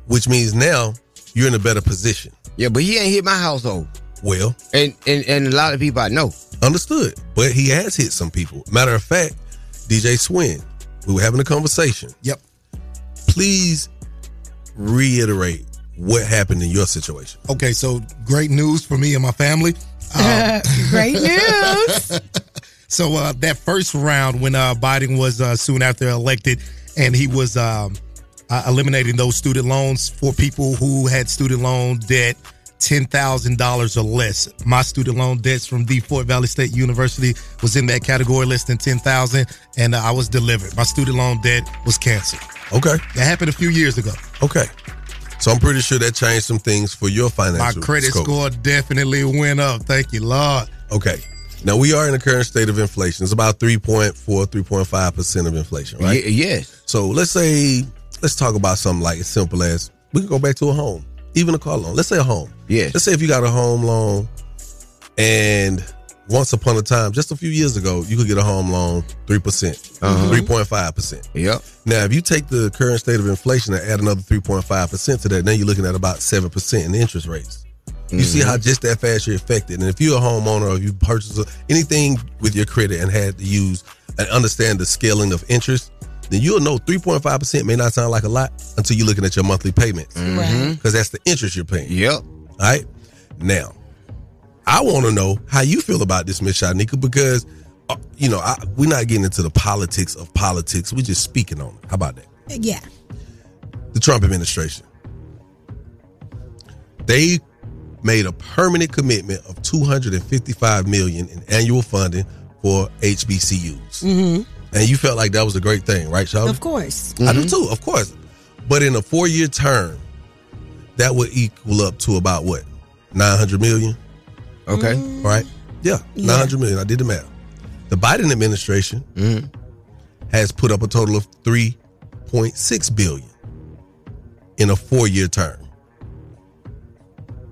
S3: Which means now you're in a better position.
S5: Yeah, but he ain't hit my household.
S3: Well,
S5: and and, and a lot of people I know.
S3: Understood. But he has hit some people. Matter of fact, DJ Swin, we were having a conversation.
S5: Yep.
S3: Please reiterate what happened in your situation.
S27: Okay, so great news for me and my family. Um,
S4: Great news.
S27: So uh, that first round, when uh, Biden was uh, soon after elected, and he was um, uh, eliminating those student loans for people who had student loan debt ten thousand dollars or less. My student loan debts from the Fort Valley State University was in that category, less than ten thousand, and uh, I was delivered. My student loan debt was canceled.
S3: Okay,
S27: that happened a few years ago.
S3: Okay. So I'm pretty sure that changed some things for your
S27: My
S3: financial
S27: credit
S3: scope.
S27: score definitely went up. Thank you, Lord.
S3: Okay. Now we are in the current state of inflation. It's about 3.4, 3.5% of inflation, right?
S5: Ye- yes.
S3: So let's say, let's talk about something like as simple as we can go back to a home, even a car loan. Let's say a home.
S5: Yes.
S3: Let's say if you got a home loan and once upon a time, just a few years ago, you could get a home loan 3%,
S5: Uh-huh.
S3: 3.5%.
S5: Yep.
S3: Now, if you take the current state of inflation and add another 3.5% to that, now you're looking at about 7% in interest rates. You see
S5: Mhm.
S3: how just that fast you're affected. And if you're a homeowner or if you purchase a- anything with your credit and had to use and understand the scaling of interest, then you'll know 3.5% may not sound like a lot until you're looking at your monthly payments. Because
S5: Right.
S3: that's the interest you're paying.
S5: Yep.
S3: All right. Now, I want to know how you feel about this, Miss Shanika, because, uh, you know, I, we're not getting into the politics of politics. We're just speaking on it. How about that?
S4: Yeah.
S3: the Trump administration. They made a permanent commitment of 255 million in annual funding for HBCUs.
S4: Mm-hmm.
S3: And you felt like that was a great thing, right, Charlie?
S4: Of course.
S3: Um,
S4: Mm-hmm.
S3: I do
S5: Mm-hmm.
S3: too, of course. But in a four-year term, that would equal up to about what? 900 million? Mm.
S5: Okay.
S3: Right? Yeah, 900 million. I did the math. The Biden administration
S5: Mm.
S3: has put up a total of 3.6 billion in a four-year term.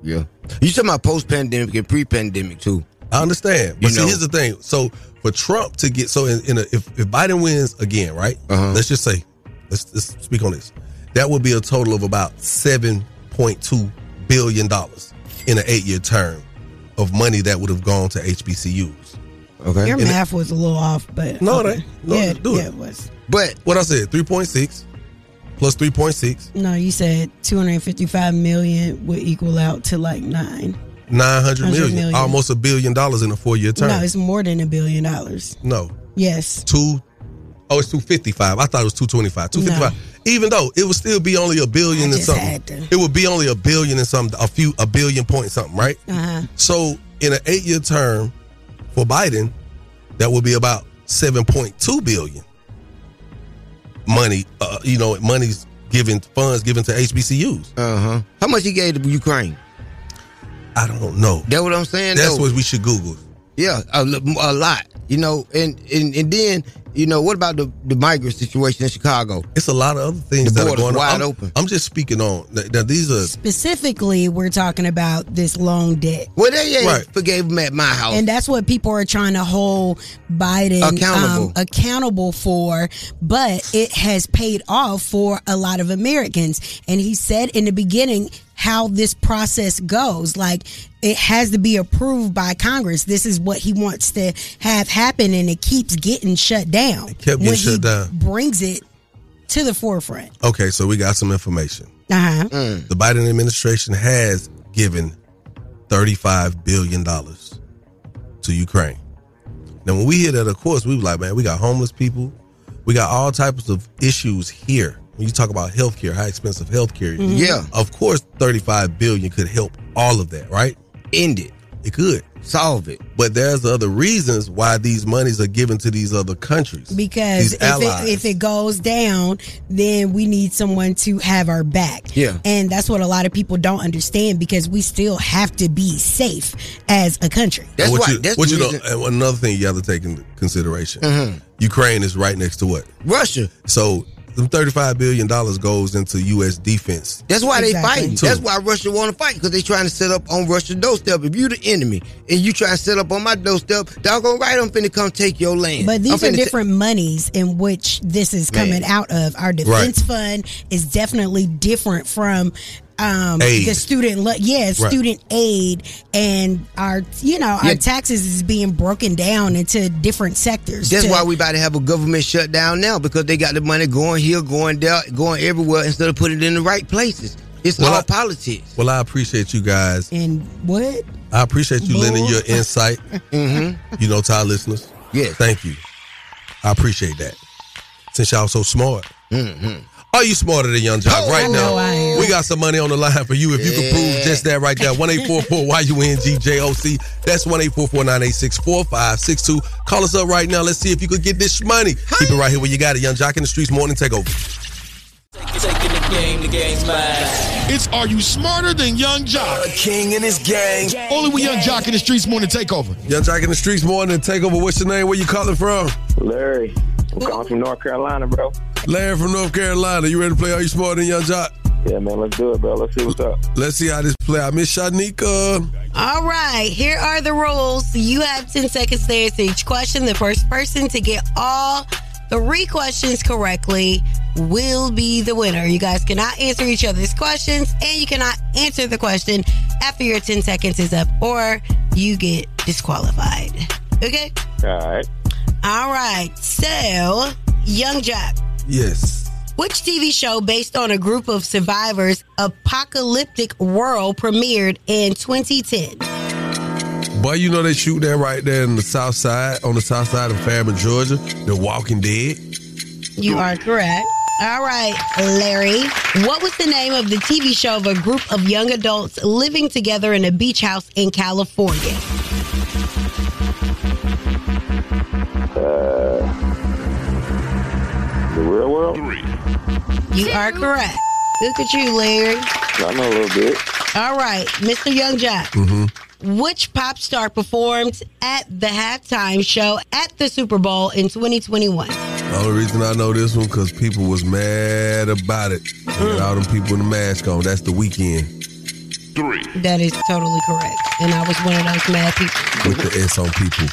S5: Yeah. You talking about post pandemic and pre pandemic too.
S3: I understand.
S5: You
S3: But see,
S5: know.
S3: here's the thing. So for Trump to get so in, in a, if if Biden wins again, right?
S5: Uh-huh.
S3: Let's just say, let's, let's speak on this. That would be a total of about seven point two billion dollars in an eight year term of money that would have gone to HBCUs.
S5: Okay,
S4: Your math was a little off, but
S3: No,
S4: okay.
S3: it ain't. No,
S4: yeah,
S3: do it.
S4: yeah, it was.
S5: But
S3: what I said, three point six plus three point six,
S4: No, you said 255 million would equal out to like nine.
S3: nine hundred million,
S4: 100 million.
S3: almost a billion dollars in a four year term.
S4: No, it's more than a billion dollars.
S3: no,
S4: Yes.
S3: two. Oh, it's two fifty five. I thought it was two twenty five. Two fifty five. Even though it would still be only a billion and
S4: just
S3: something.
S4: had to.
S3: It would be only a billion and something. A few, a billion point something, right?
S4: Uh huh.
S3: So in an eight year term for Biden, that would be about seven point two billion money. Uh, you know, money's given funds given to HBCUs.
S5: Uh huh. How much he gave to Ukraine?
S3: I don't know.
S5: That what I'm saying.
S3: That's
S5: though.
S3: what we should Google.
S5: Yeah, a, lo- a lot. You know, and, and and then You know, what about the, the migrant situation in Chicago?
S3: It's a lot of other things
S5: the
S3: that are
S5: border's
S3: going on.
S5: wide
S3: I'm-
S5: open.
S3: I'm just speaking on. Now these are
S14: Specifically, we're talking about this loan debt.
S5: Well, they ain't
S3: Right.
S5: forgave them at my house.
S14: And that's what people are trying to hold Biden
S5: Accountable.
S14: um, accountable for. But it has paid off for a lot of Americans. And he said in the beginning how this process goes. Like it has to be approved by Congress. This is what he wants to have happen, and it keeps getting shut down.
S3: kept getting
S14: when he
S3: shut down.
S14: brings it to the forefront.
S3: Okay, so we got some information.
S14: Uh huh.
S5: Mm.
S3: The Biden administration has given $35 billion to Ukraine. Now, when we hear that, of course, we were like, man, we got homeless people. We got all types of issues here. When you talk about healthcare, how expensive healthcare is.
S5: Mhm. Yeah.
S3: Of course, $35 billion could help all of that, right?
S5: End it.
S3: It could.
S5: Solve it.
S3: But there's other reasons why these monies are given to these other countries.
S14: Because
S3: These
S14: if
S3: allies.
S14: it, if it goes down, then we need someone to have our back.
S3: Yeah.
S14: And that's what a lot of people don't understand because we still have to be safe as a country.
S3: And what You, what you know, and another thing you have to take into consideration:
S14: Mhm.
S3: Ukraine is right next to what
S5: Mm-hmm. Russia.
S3: So the thirty-five billion dollars goes into U.S. defense.
S5: That's why they fighting.
S3: Too.
S5: That's why Russia want to fight because they trying to set up on Russia doorstep. If you the enemy and you try to set up on my doorstep, doggone right, I'm finna come take your land.
S14: But these
S5: I'm
S14: are
S5: finna ta-
S14: different monies in which this is
S5: Man.
S14: coming out of. Our defense fund is definitely different from um,
S5: Aid.
S14: the student, lo- yeah,
S5: Right.
S14: student aid, and our you know our
S5: Yeah.
S14: taxes is being broken down into different sectors.
S5: That's
S14: to-
S5: why we about to have a government shutdown now because they got the money going here, going there, going everywhere instead of putting it in the right places. It's
S3: Well,
S5: all
S3: I-
S5: politics.
S3: Well, I appreciate you guys.
S14: and what?
S3: I appreciate you lending your insight.
S5: Mhm.
S3: You know, to our listeners.
S5: Yes.
S3: Thank you. I appreciate that. Since y'all so smart. Mm-hmm. Are you smarter than Young Jock
S5: Oh,
S3: right
S5: I
S3: now?
S5: know I am.
S3: We got some money on the line for you if you can prove
S5: Yeah.
S3: just that right there. One eight four four Y U N G J O C. That's one eight four four nine eight six four five six two. Call us up right now. Let's see if you could get this money. Keep it right here where you got it. Young Jock in the streets. Morning takeover.
S30: Taking the game, the game's mine.
S6: It's Are You Smarter Than Young Jock? king and his gang. Only with Young Jock in the streets morning takeover.
S3: Young Jock in the streets. Morning takeover. What's your name? Where you calling from?
S2: Larry. I'm calling from North Carolina, bro.
S3: Larry from North Carolina. You ready to play? Are you smarter than Young Jock?
S2: Yeah, man, let's do it, bro. Let's see what's up.
S3: Let's see how this play. I miss Shanika.
S4: All right, here are the rules. You have 10 seconds to answer each question. The first person to get all three questions correctly will be the winner. You guys cannot answer each other's questions, and you cannot answer the question after your 10 seconds is up, or you get disqualified. Okay?
S2: All right.
S4: All right, so, Young Jack,
S3: Yes.
S4: which TV show based on a group of survivors' apocalyptic world premiered in 2010?
S3: Boy, you know they shoot that right there in the south side, on the south side of Fairmont, Georgia. The Walking Dead.
S4: You are correct. All right, Larry. What was the name of the TV show of a group of young adults living together in a beach house in California?
S2: Uh, The real world?
S4: You are correct. Look at you, Larry.
S2: I know a little bit.
S4: All right, Mr. Young Jack.
S2: Mm-hmm.
S4: Which pop star performed at the halftime show at the Super Bowl in 2021?
S3: The only reason I know this one because people was mad about it. They got All them people in the mask on. That's the weekend
S4: Three. That is totally correct. And I was one of those mad people.
S3: with the S on people.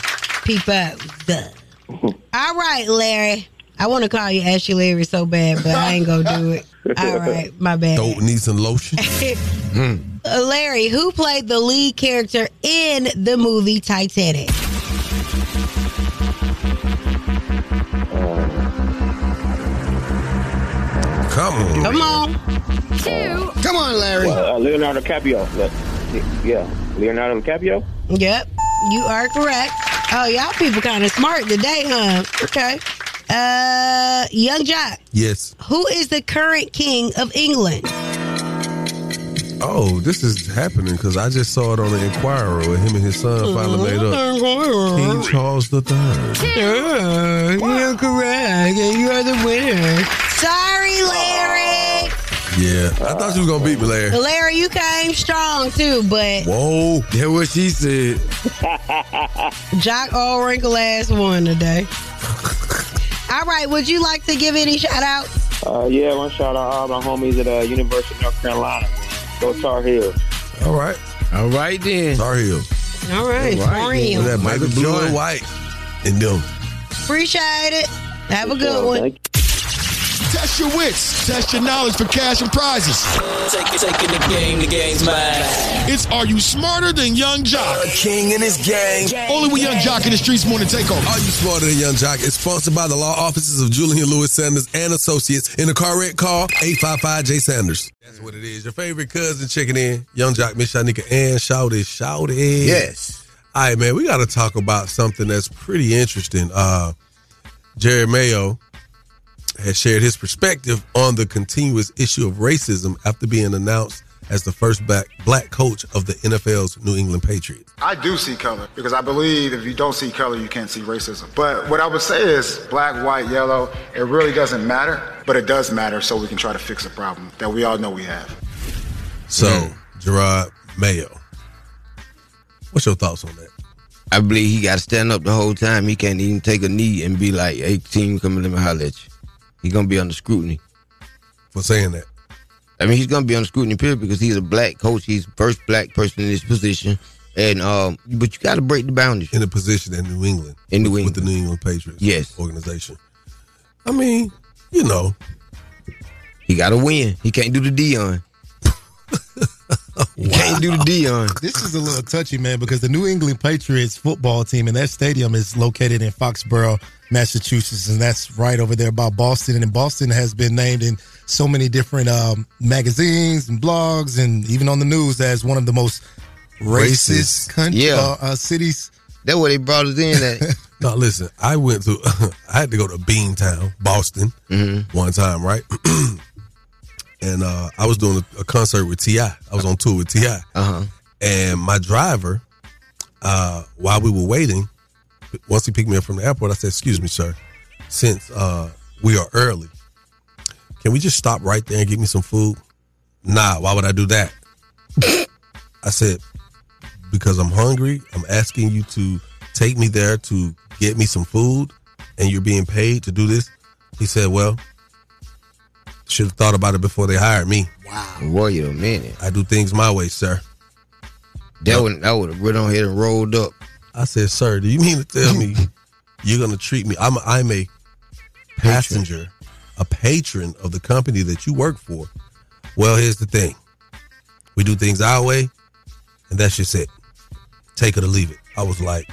S4: People. All right, Larry. I want to call you Ashley Larry so bad, but I ain't going to do it. All right, my bad.
S3: Throat needs some lotion. Mm.
S4: Uh, Larry, who played the lead character in the movie Titanic?
S2: Uh,
S3: Come on.
S4: Come on.
S2: Two.
S4: Come on, Larry.
S2: Well, uh, Leonardo DiCaprio. Le- Yeah, Leonardo DiCaprio.
S4: Yep, you are correct. Oh, y'all people kind of smart today, huh? Okay. Uh, Young Jock,
S3: Yes.
S4: who is the current king of England?
S3: Oh, this is happening because I just saw it on the Inquirer where him and his son finally made up. King Charles the Third.
S4: You're correct. You are the winner. Sorry, Larry.
S3: Yeah, I thought you was gonna beat me, Larry.
S4: Larry, you came strong too, but
S3: Whoa,
S5: that what she said.
S4: Jock Ulrich last one today.
S13: All right, would you like to give any shout outs?
S31: Uh, yeah, one shout out all my homies at uh, University of North Carolina. Go Tar Heels.
S3: All right.
S5: All right then.
S3: Tar Heels.
S13: All right, for
S3: Look at
S13: real.
S3: that Michael Blue and White. And them.
S13: Appreciate it. Have a good one.
S6: Test your wits, test your knowledge for cash and prizes.
S17: Take it, taking the game, the game's mine.
S6: It's Are You Smarter Than Young Jock? king and his gang. Only with Young Jock in the streets morning takeover.
S3: Are you smarter than Young Jock? It's sponsored by the law offices of Julian Lewis Sanders and Associates. In the car wreck, call 855 J Sanders. That's what it is. Your favorite cousin checking in. Young Jock, Miss Shanika, and Shouty. Shouty.
S5: Yes.
S3: All right, man, we got to talk about something that's pretty interesting. Uh, Jerry Mayo has shared his perspective on the continuous issue of racism after being announced as the first black, black coach of the NFL's New England Patriots.
S15: I do see color because I believe if you don't see color, you can't see racism. But what I would say is black, white, yellow, it really doesn't matter, but it does matter so we can try to fix a problem that we all know we have.
S3: So, Gerard Mayo. What's your thoughts on that?
S5: I believe he got to stand up the whole time. He can't even take a knee and be like, "Hey, team, come and let me holler at you." He's gonna be under scrutiny
S3: for saying that.
S5: I mean, he's gonna be under scrutiny period because he's a black coach. He's the first black person in his position, and um, but you got to break the boundaries
S3: in a position in New England,
S5: in New England with
S3: the New England Patriots,
S5: yes,
S3: organization. I mean, you know,
S5: he got to win. He can't do the Dion. He Can't do the Dion.
S27: This is a little touchy, man, because the New England Patriots football team and that stadium is located in Foxborough, Massachusetts, and that's right over there by Boston. And Boston has been named in so many different um, magazines and blogs, and even on the news as one of the most racist, country
S5: Yeah.
S27: uh, uh, cities.
S5: That's where they brought us in. At.
S3: No, listen, I went to, I had to go to Beantown, Boston, one time, right? and uh, I was doing a, a concert with T.I. I was on tour with T.I.
S5: Uh-huh.
S3: And my driver, uh, while we were waiting, once he picked me up from the airport, I said, Excuse me, sir, since uh, we are early, can we just stop right there and get me some food? Nah, why would I do that? I said, because I'm hungry. I'm asking you to take me there to get me some food, and you're being paid to do this. He said, Well, should have thought about it before they hired me.
S5: Wow. Wait a minute.
S3: I do things my way, sir.
S5: That would that would have went on here and rolled up.
S3: I said, Sir, do you mean to tell me you're gonna treat me? I'm I'm a passenger, a patron of the company that you work for. Well, here's the thing. We do things our way, and that's just it. Take it or leave it. I was like,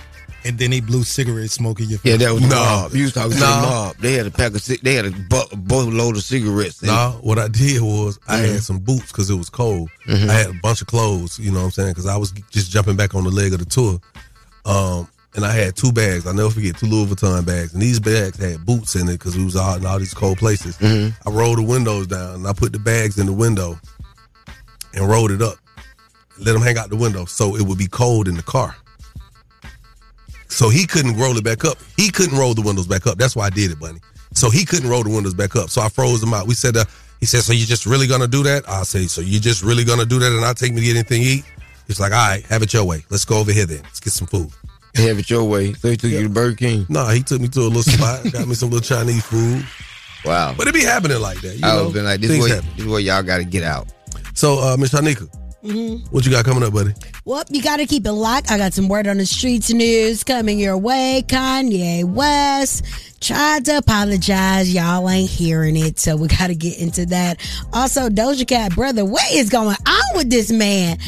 S27: And then he blew cigarette smoke in your face.
S5: Yeah, that was
S27: no.
S5: the mob. You was talking to the
S3: No.
S5: mob. They had a pack of cig- they had a bu- boatload of cigarettes. They-
S3: No, what I did was I had some boots because it was cold. I had a bunch of clothes, you know what I'm saying? Because I was just jumping back on the leg of the tour. Um, and I had two bags. I'll never forget two Louis Vuitton bags. And these bags had boots in it because we was out in all these cold places.
S4: Mm-hmm.
S3: I rolled the windows down and I put the bags in the window and rolled it up. Let them hang out the window so it would be cold in the car. So he couldn't roll it back up. He couldn't roll the windows back up. That's why I did it, Bunny. So he couldn't roll the windows back up. So I froze him out. We said, uh, he said, so you just really gonna do that? I say, so you just really gonna do that and I'll take me to get anything to eat? He's like, all right, have it your way. Let's go over here then. Let's get some food.
S5: Have it your way. So he took you to Burger King.
S3: No, he took me to a little spot, got me some little Chinese food.
S5: Wow.
S3: But it be happening like that. You
S5: I
S3: know?
S5: was been like, this
S3: Things
S5: way,
S3: happen.
S5: this way y'all got to get out.
S3: So, uh, Miss Tanika,
S13: Mm-hmm.
S4: Mhm.
S3: what you got coming up, buddy?
S4: Well, you got to keep it locked. I got some word on the streets news coming your way. Kanye West tried to apologize. Y'all ain't hearing it, so we got to get into that. Also, Doja Cat, brother, what is going on with this man?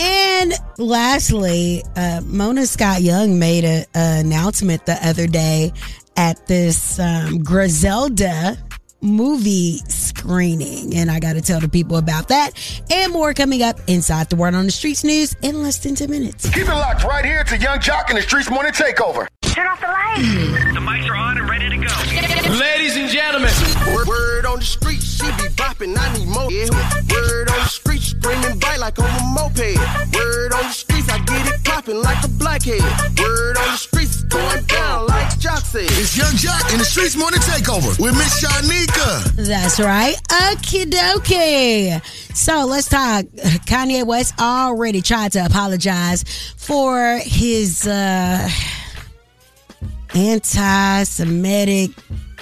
S4: And lastly, uh, Mona Scott Young made an announcement the other day at this um, Griselda movie screening. And I got to tell the people about that and more coming up inside the Word on the Streets news in less than 10 minutes.
S6: Keep it locked right here to Young Jock in the streets morning takeover.
S2: Turn off the lights. The mics are on and ready to go.
S17: Ladies and gentlemen.
S2: Word, word on the street, she be bopping, I need more. Yeah. Word on the street, screaming bite like on a moped. Word on the streets, I get it popping like a blackhead. Word on the streets, going down like Jock said.
S6: It's Young Jock in the streets morning takeover with Miss Shanika.
S4: That's right. Okie dokie. So let's talk. Kanye West already tried to apologize for his uh, anti Semitic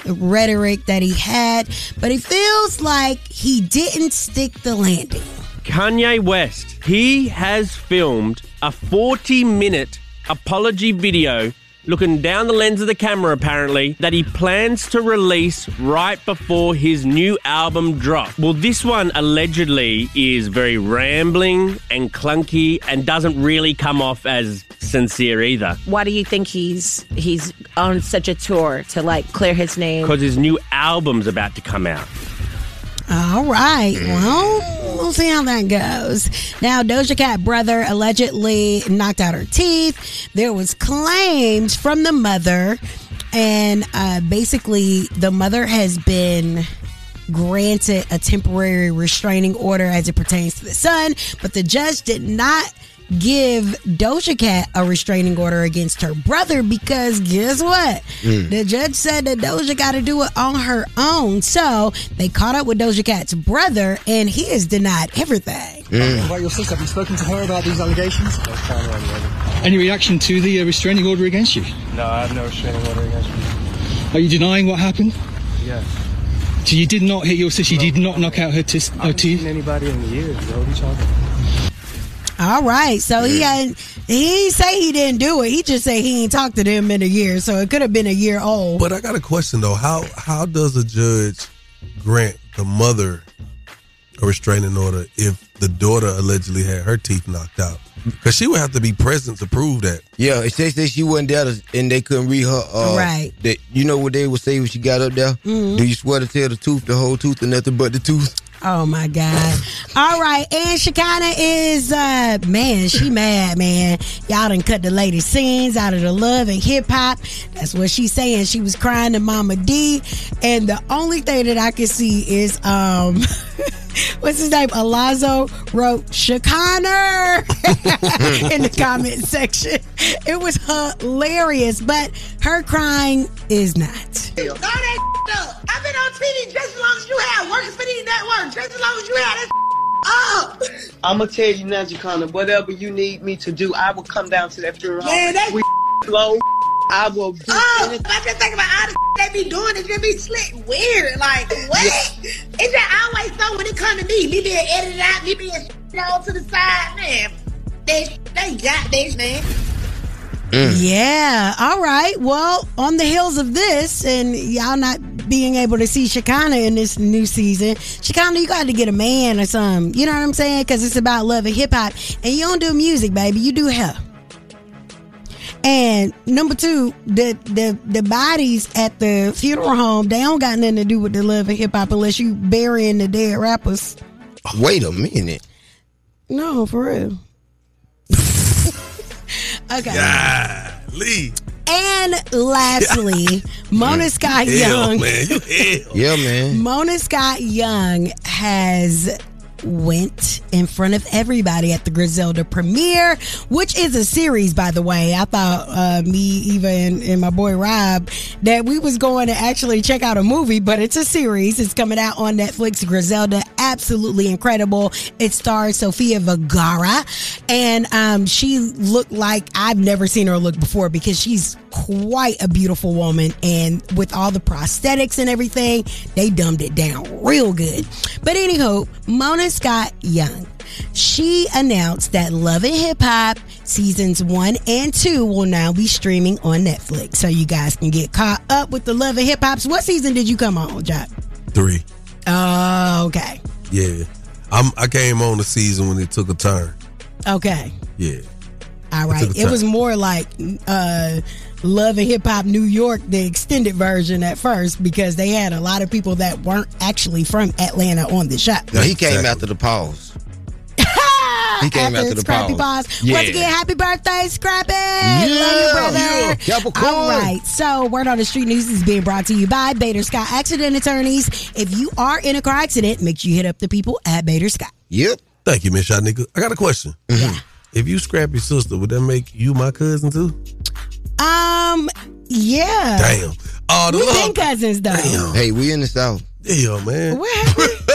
S4: rhetoric that he had, but it feels like he didn't stick the landing.
S32: Kanye West. He has filmed a 40 minute apology video looking down the lens of the camera, apparently, that he plans to release right before his new album drop. Well, this one allegedly is very rambling and clunky and doesn't really come off as sincere either.
S26: Why do you think he's he's on such a tour to like clear his name?
S32: Because his new album's about to come out.
S4: All right. Well, we'll see how that goes. Now, Doja Cat brother allegedly knocked out her teeth. There was claims from the mother, and uh, basically, the mother has been granted a temporary restraining order as it pertains to the son, but the judge did not give Doja Cat a restraining order against her brother because guess what?
S14: Mm.
S4: The judge said that Doja got to do it on her own. So they caught up with Doja Cat's brother, and he is denied everything.
S33: About your sister, have you spoken to her about these allegations? Any reaction to the uh, restraining order against you?
S34: No, I have no restraining order against me.
S33: Are you denying what happened?
S34: Yeah.
S33: So you did not hit your sister. You did not knock out her, tis- her teeth.
S34: Anybody in years, bro. What are you talking about?
S4: All right, so he had, he ain't say he didn't do it. He just said he ain't talked to them in a year, so it could have been a year old.
S3: But I got a question though. How how does a judge grant the mother a restraining order if the daughter allegedly had her teeth knocked out? Because she would have to be present to prove that.
S5: Yeah, it says that she wasn't there and they couldn't read her. Uh,
S4: Right.
S5: That you know what they would say when she got up there?
S4: Mhm.
S5: Do you swear to tell the truth, the whole truth, and nothing but the truth?
S4: Oh my God. All right. And Shekinah is, uh, man, she mad, man. Y'all done cut the lady scenes out of the love and hip hop. That's what she's saying. She was crying to Mama D. And the only thing that I can see is, um, what's his name? Alonzo wrote Shekinah in the comment section. It was hilarious, but her crying is not.
S14: Throw that up. I've been on TV just as long as you have, working for these networks just as long as you have. That up.
S20: I'm gonna tell you now, Jacana, whatever you need me to do, I will come down to that funeral.
S14: Man, that
S20: we low. I will. Do
S14: Oh, I just think about all the they be doing. It just be slick weird. Like what? It just always so when it come to me, me being edited out, me being thrown to the side, man. They they got this man.
S4: Yeah. All right. Well, on the heels of this, and y'all not being able to see Shekinah in this new season, Shekinah, you got to get a man or something. You know what I'm saying? Because it's about love and hip hop, and you don't do music, baby. You do hip. And number two, the the the bodies at the funeral home, they don't got nothing to do with the love and hip hop unless you burying the dead rappers.
S3: Oh.
S5: Wait a minute.
S4: No, for real. okay.
S3: Lee.
S4: And lastly, Mona Scott
S5: Hell,
S4: Young.
S5: man, Yeah, man.
S4: Mona Scott Young has went in front of everybody at the Griselda premiere, which is a series, by the way. I thought uh, me, Eva, and, and my boy Rob that we was going to actually check out a movie, but it's a series. It's coming out on Netflix. Griselda, absolutely incredible. It stars Sofia Vergara, and um, she looked like I've never seen her look before because she's quite a beautiful woman, and with all the prosthetics and everything, they dumbed it down real good. But anywho, Mona Scott Young. She announced that Love and Hip Hop seasons one and two will now be streaming on Netflix. So you guys can get caught up with the Love and Hip Hops. What season did you come on, Jack?
S3: Three.
S4: Oh, okay.
S3: Yeah. I'm I came on the season when it took a turn.
S4: Okay.
S3: Yeah.
S4: All
S3: It took
S4: right.
S3: a
S4: It
S3: turn.
S4: was more like uh, Love and Hip Hop New York, the extended version at first, because they had a lot of people that weren't actually from Atlanta on the show.
S5: No, he came after the pause. he came after, the
S4: Scrappy
S5: pause.
S4: Paws. Once again, happy birthday, Scrappy! Love you,
S5: Yeah,
S4: brother.
S5: yeah. Double corn.
S4: All right. So, word on the street news is being brought to you by Bader Scott Accident Attorneys. If you are in a car accident, make sure you hit up the people at Bader Scott.
S5: Yep.
S3: Thank you, Miss Shot Nigga. I got a question. If you scrap your sister, would that make you my cousin too?
S4: Um. Yeah.
S3: Damn. Oh, the
S4: we been
S3: love.
S4: cousins though.
S5: Hey, we in the South.
S3: Yeah, man.
S4: What happened?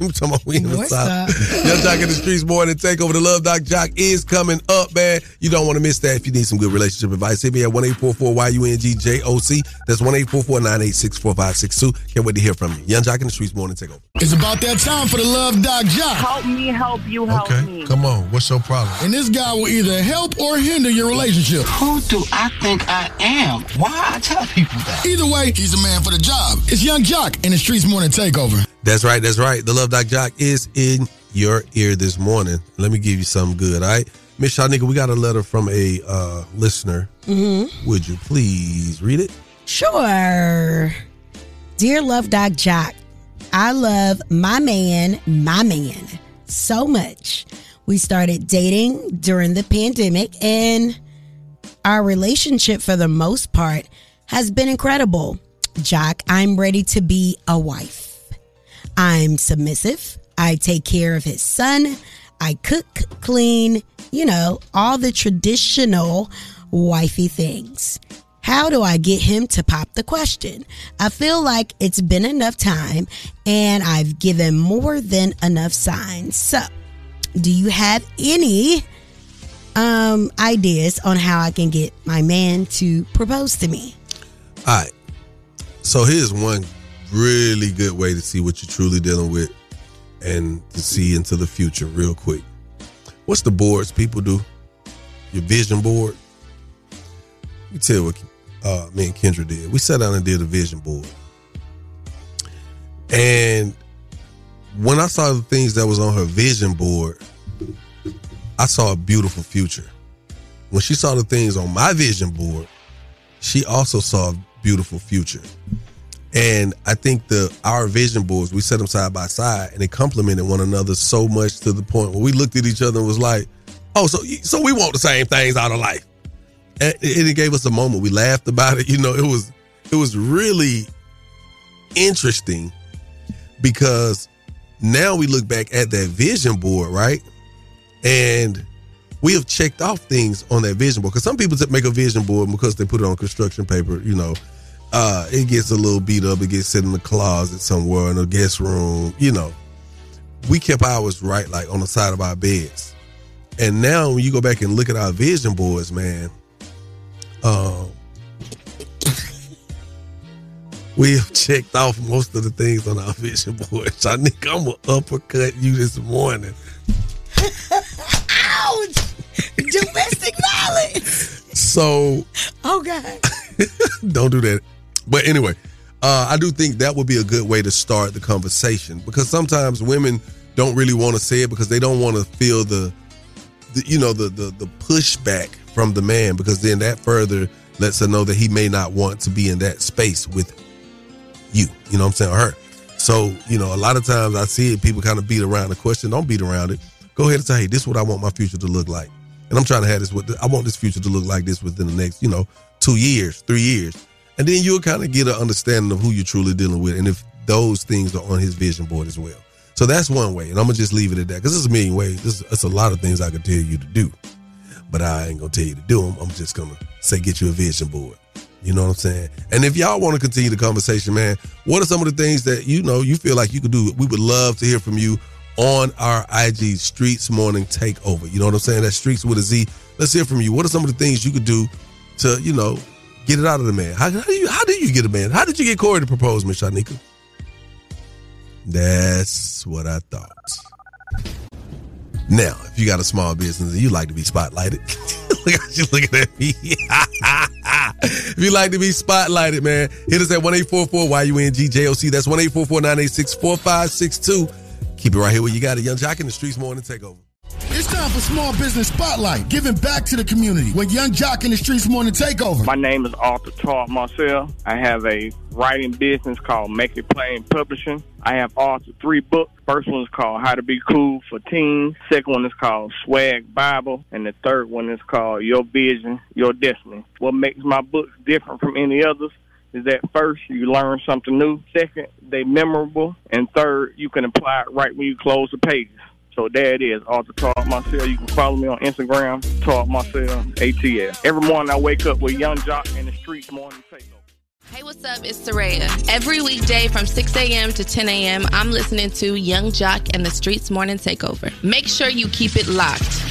S3: I'm talking about we in the
S23: What's
S3: South. Young Jock in the streets morning takeover. The Love Doc Jock is coming up, man. You don't want to miss that. If you need some good relationship advice, hit me at one eight four four Y U N G J O C. That's one eight four four nine eight six four five six two. Can't wait to hear from you. Young Jock in the streets morning takeover.
S6: It's about that time for the Love Doc Jock. Help
S29: me, help you,
S6: help
S3: Okay, come on. What's your problem?
S6: And this guy will either help or hinder your relationship. Who do I think I am? Why I tell people that? Either way, he's the man for the job. It's Young Jock in the Streets Morning Takeover.
S3: That's right. That's right. The Love Doc Jock is in your ear this morning. Let me give you something good. All right, Miss Shanika, we got a letter from a uh, listener.
S4: Mm-hmm.
S3: Would you please read it?
S4: Sure. Dear Love Doc Jock, I love my man, my man, so much. We started dating during the pandemic, and our relationship, for the most part, has been incredible. Jock, I'm ready to be a wife. I'm submissive. I take care of his son. I cook, clean, you know, all the traditional wifey things. How do I get him to pop the question? I feel like it's been enough time and I've given more than enough signs. So, do you have any um ideas on how I can get my man to propose to me?
S3: All right. So here's one really good way to see what you're truly dealing with and to see into the future real quick. What's the boards people do? Your vision board. You tell what uh, me and Kendra did. We sat down and did a vision board. And when I saw the things that was on her vision board, I saw a beautiful future. When she saw the things on my vision board, she also saw a beautiful future. And I think the our vision boards, we set them side by side and they complemented one another so much to the point where we looked at each other and was like, oh, so you- so we want the same things out of life. And it it gave us a moment. We laughed about it. You know, it was it was really interesting because now we look back at that vision board, right? And we have checked off things on that vision board. Because some people that make a vision board because they put it on construction paper, you know, uh, it gets a little beat up. It gets set in the closet somewhere in a guest room, you know. We kept ours right, like on the side of our beds. And now when you go back and look at our vision boards, man, um, we have checked off most of the things on our vision board. So I think I'm gonna uppercut you this morning.
S4: Ouch! Domestic violence.
S3: So
S4: Oh God.
S3: don't do that. But anyway, uh, I do think that would be a good way to start the conversation because sometimes women don't really want to say it because they don't want to feel the, the you know, the, the the pushback from the man because then that further lets her know that he may not want to be in that space with you. You know what I'm saying? Or her. So, you know, a lot of times I see it, people kind of beat around the question. Don't beat around it. Go ahead and say, hey, this is what I want my future to look like. And I'm trying to have this, with, I want this future to look like this within the next, you know, two years, three years. And then you'll kind of get an understanding of who you're truly dealing with and if those things are on his vision board as well. So that's one way. And I'm going to just leave it at that because there's a million ways. There's, there's a lot of things I could tell you to do, but I ain't going to tell you to do them. I'm just going to say, get you a vision board. You know what I'm saying? And if y'all want to continue the conversation, man, what are some of the things that you know you feel like you could do? We would love to hear from you on our IG Streets Morning Takeover. You know what I'm saying? That Streets with a Z. Let's hear from you. What are some of the things you could do to, you know, get it out of the man? How, how do you how do you get a man? How did you get Corey to propose, Miss Shanika? That's what I thought. Now, if you got a small business and you like to be spotlighted, look at you looking at me. if you like to be spotlighted, man, hit us at 1 YUNGJOC. That's 1 986 4562. Keep it right here where you got it. Young Jock in the streets, morning takeover.
S6: It's time for Small Business Spotlight, giving back to the community with Young Jock in the Streets Morning Takeover.
S31: My name is Arthur Todd Marcel. I have a writing business called Make It Plain Publishing. I have authored three books. First one is called How to Be Cool for Teens. Second one is called Swag Bible. And the third one is called Your Vision, Your Destiny. What makes my books different from any others is that first, you learn something new. Second, they memorable. And third, you can apply it right when you close the pages. So there it is, Arthur Todd Marcel. You can follow me on Instagram, Todd Marcel ATL. Every morning I wake up with Young Jock in the streets morning takeover.
S35: Hey, what's up? It's Soraya. Every weekday from 6 a.m. to 10 a.m., I'm listening to Young Jock and the Streets Morning Takeover. Make sure you keep it locked.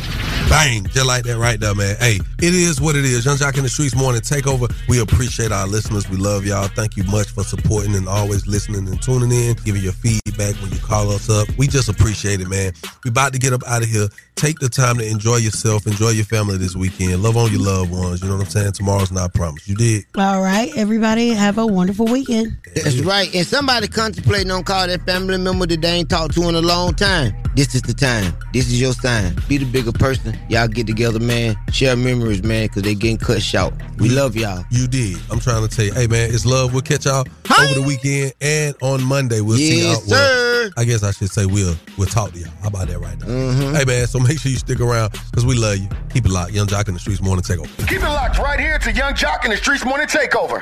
S3: Bang, just like that right there, man. Hey, it is what it is. Young Jock in the Streets Morning Takeover. We appreciate our listeners. We love y'all. Thank you much for supporting and always listening and tuning in, giving your feedback when you call us up. We just appreciate it, man. We about to get up out of here. Take the time to enjoy yourself, enjoy your family this weekend. Love on your loved ones. You know what I'm saying? Tomorrow's not promised. You did.
S4: All right, everybody, have a wonderful weekend.
S5: That's right. And somebody contemplating on call that family member that they ain't talked to in a long time. This is the time. This is your time. Be the bigger person. Y'all get together, man. Share memories, man, because they getting cut short. We love y'all.
S3: You did. I'm trying to tell you, hey man, it's love. We'll catch y'all over the weekend and on Monday. We'll see y'all.
S5: Yes,
S3: Well, I guess I should say we'll we'll talk to y'all. How about that right now? Hey man, so make sure you stick around because we love you. Keep it locked. Young Jock in the streets morning takeover.
S6: Keep it locked right here to Young Jock and the Streets Morning Takeover.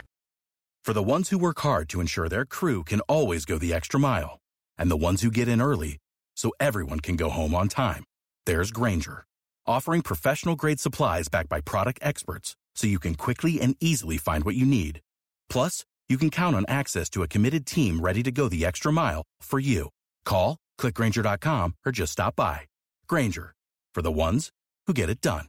S36: For the ones who work hard to ensure their crew can always go the extra mile, and the ones who get in early so everyone can go home on time, there's Granger, offering professional grade supplies backed by product experts so you can quickly and easily find what you need. Plus, you can count on access to a committed team ready to go the extra mile for you. Call, clickgranger.com, or just stop by. Granger, for the ones who get it done.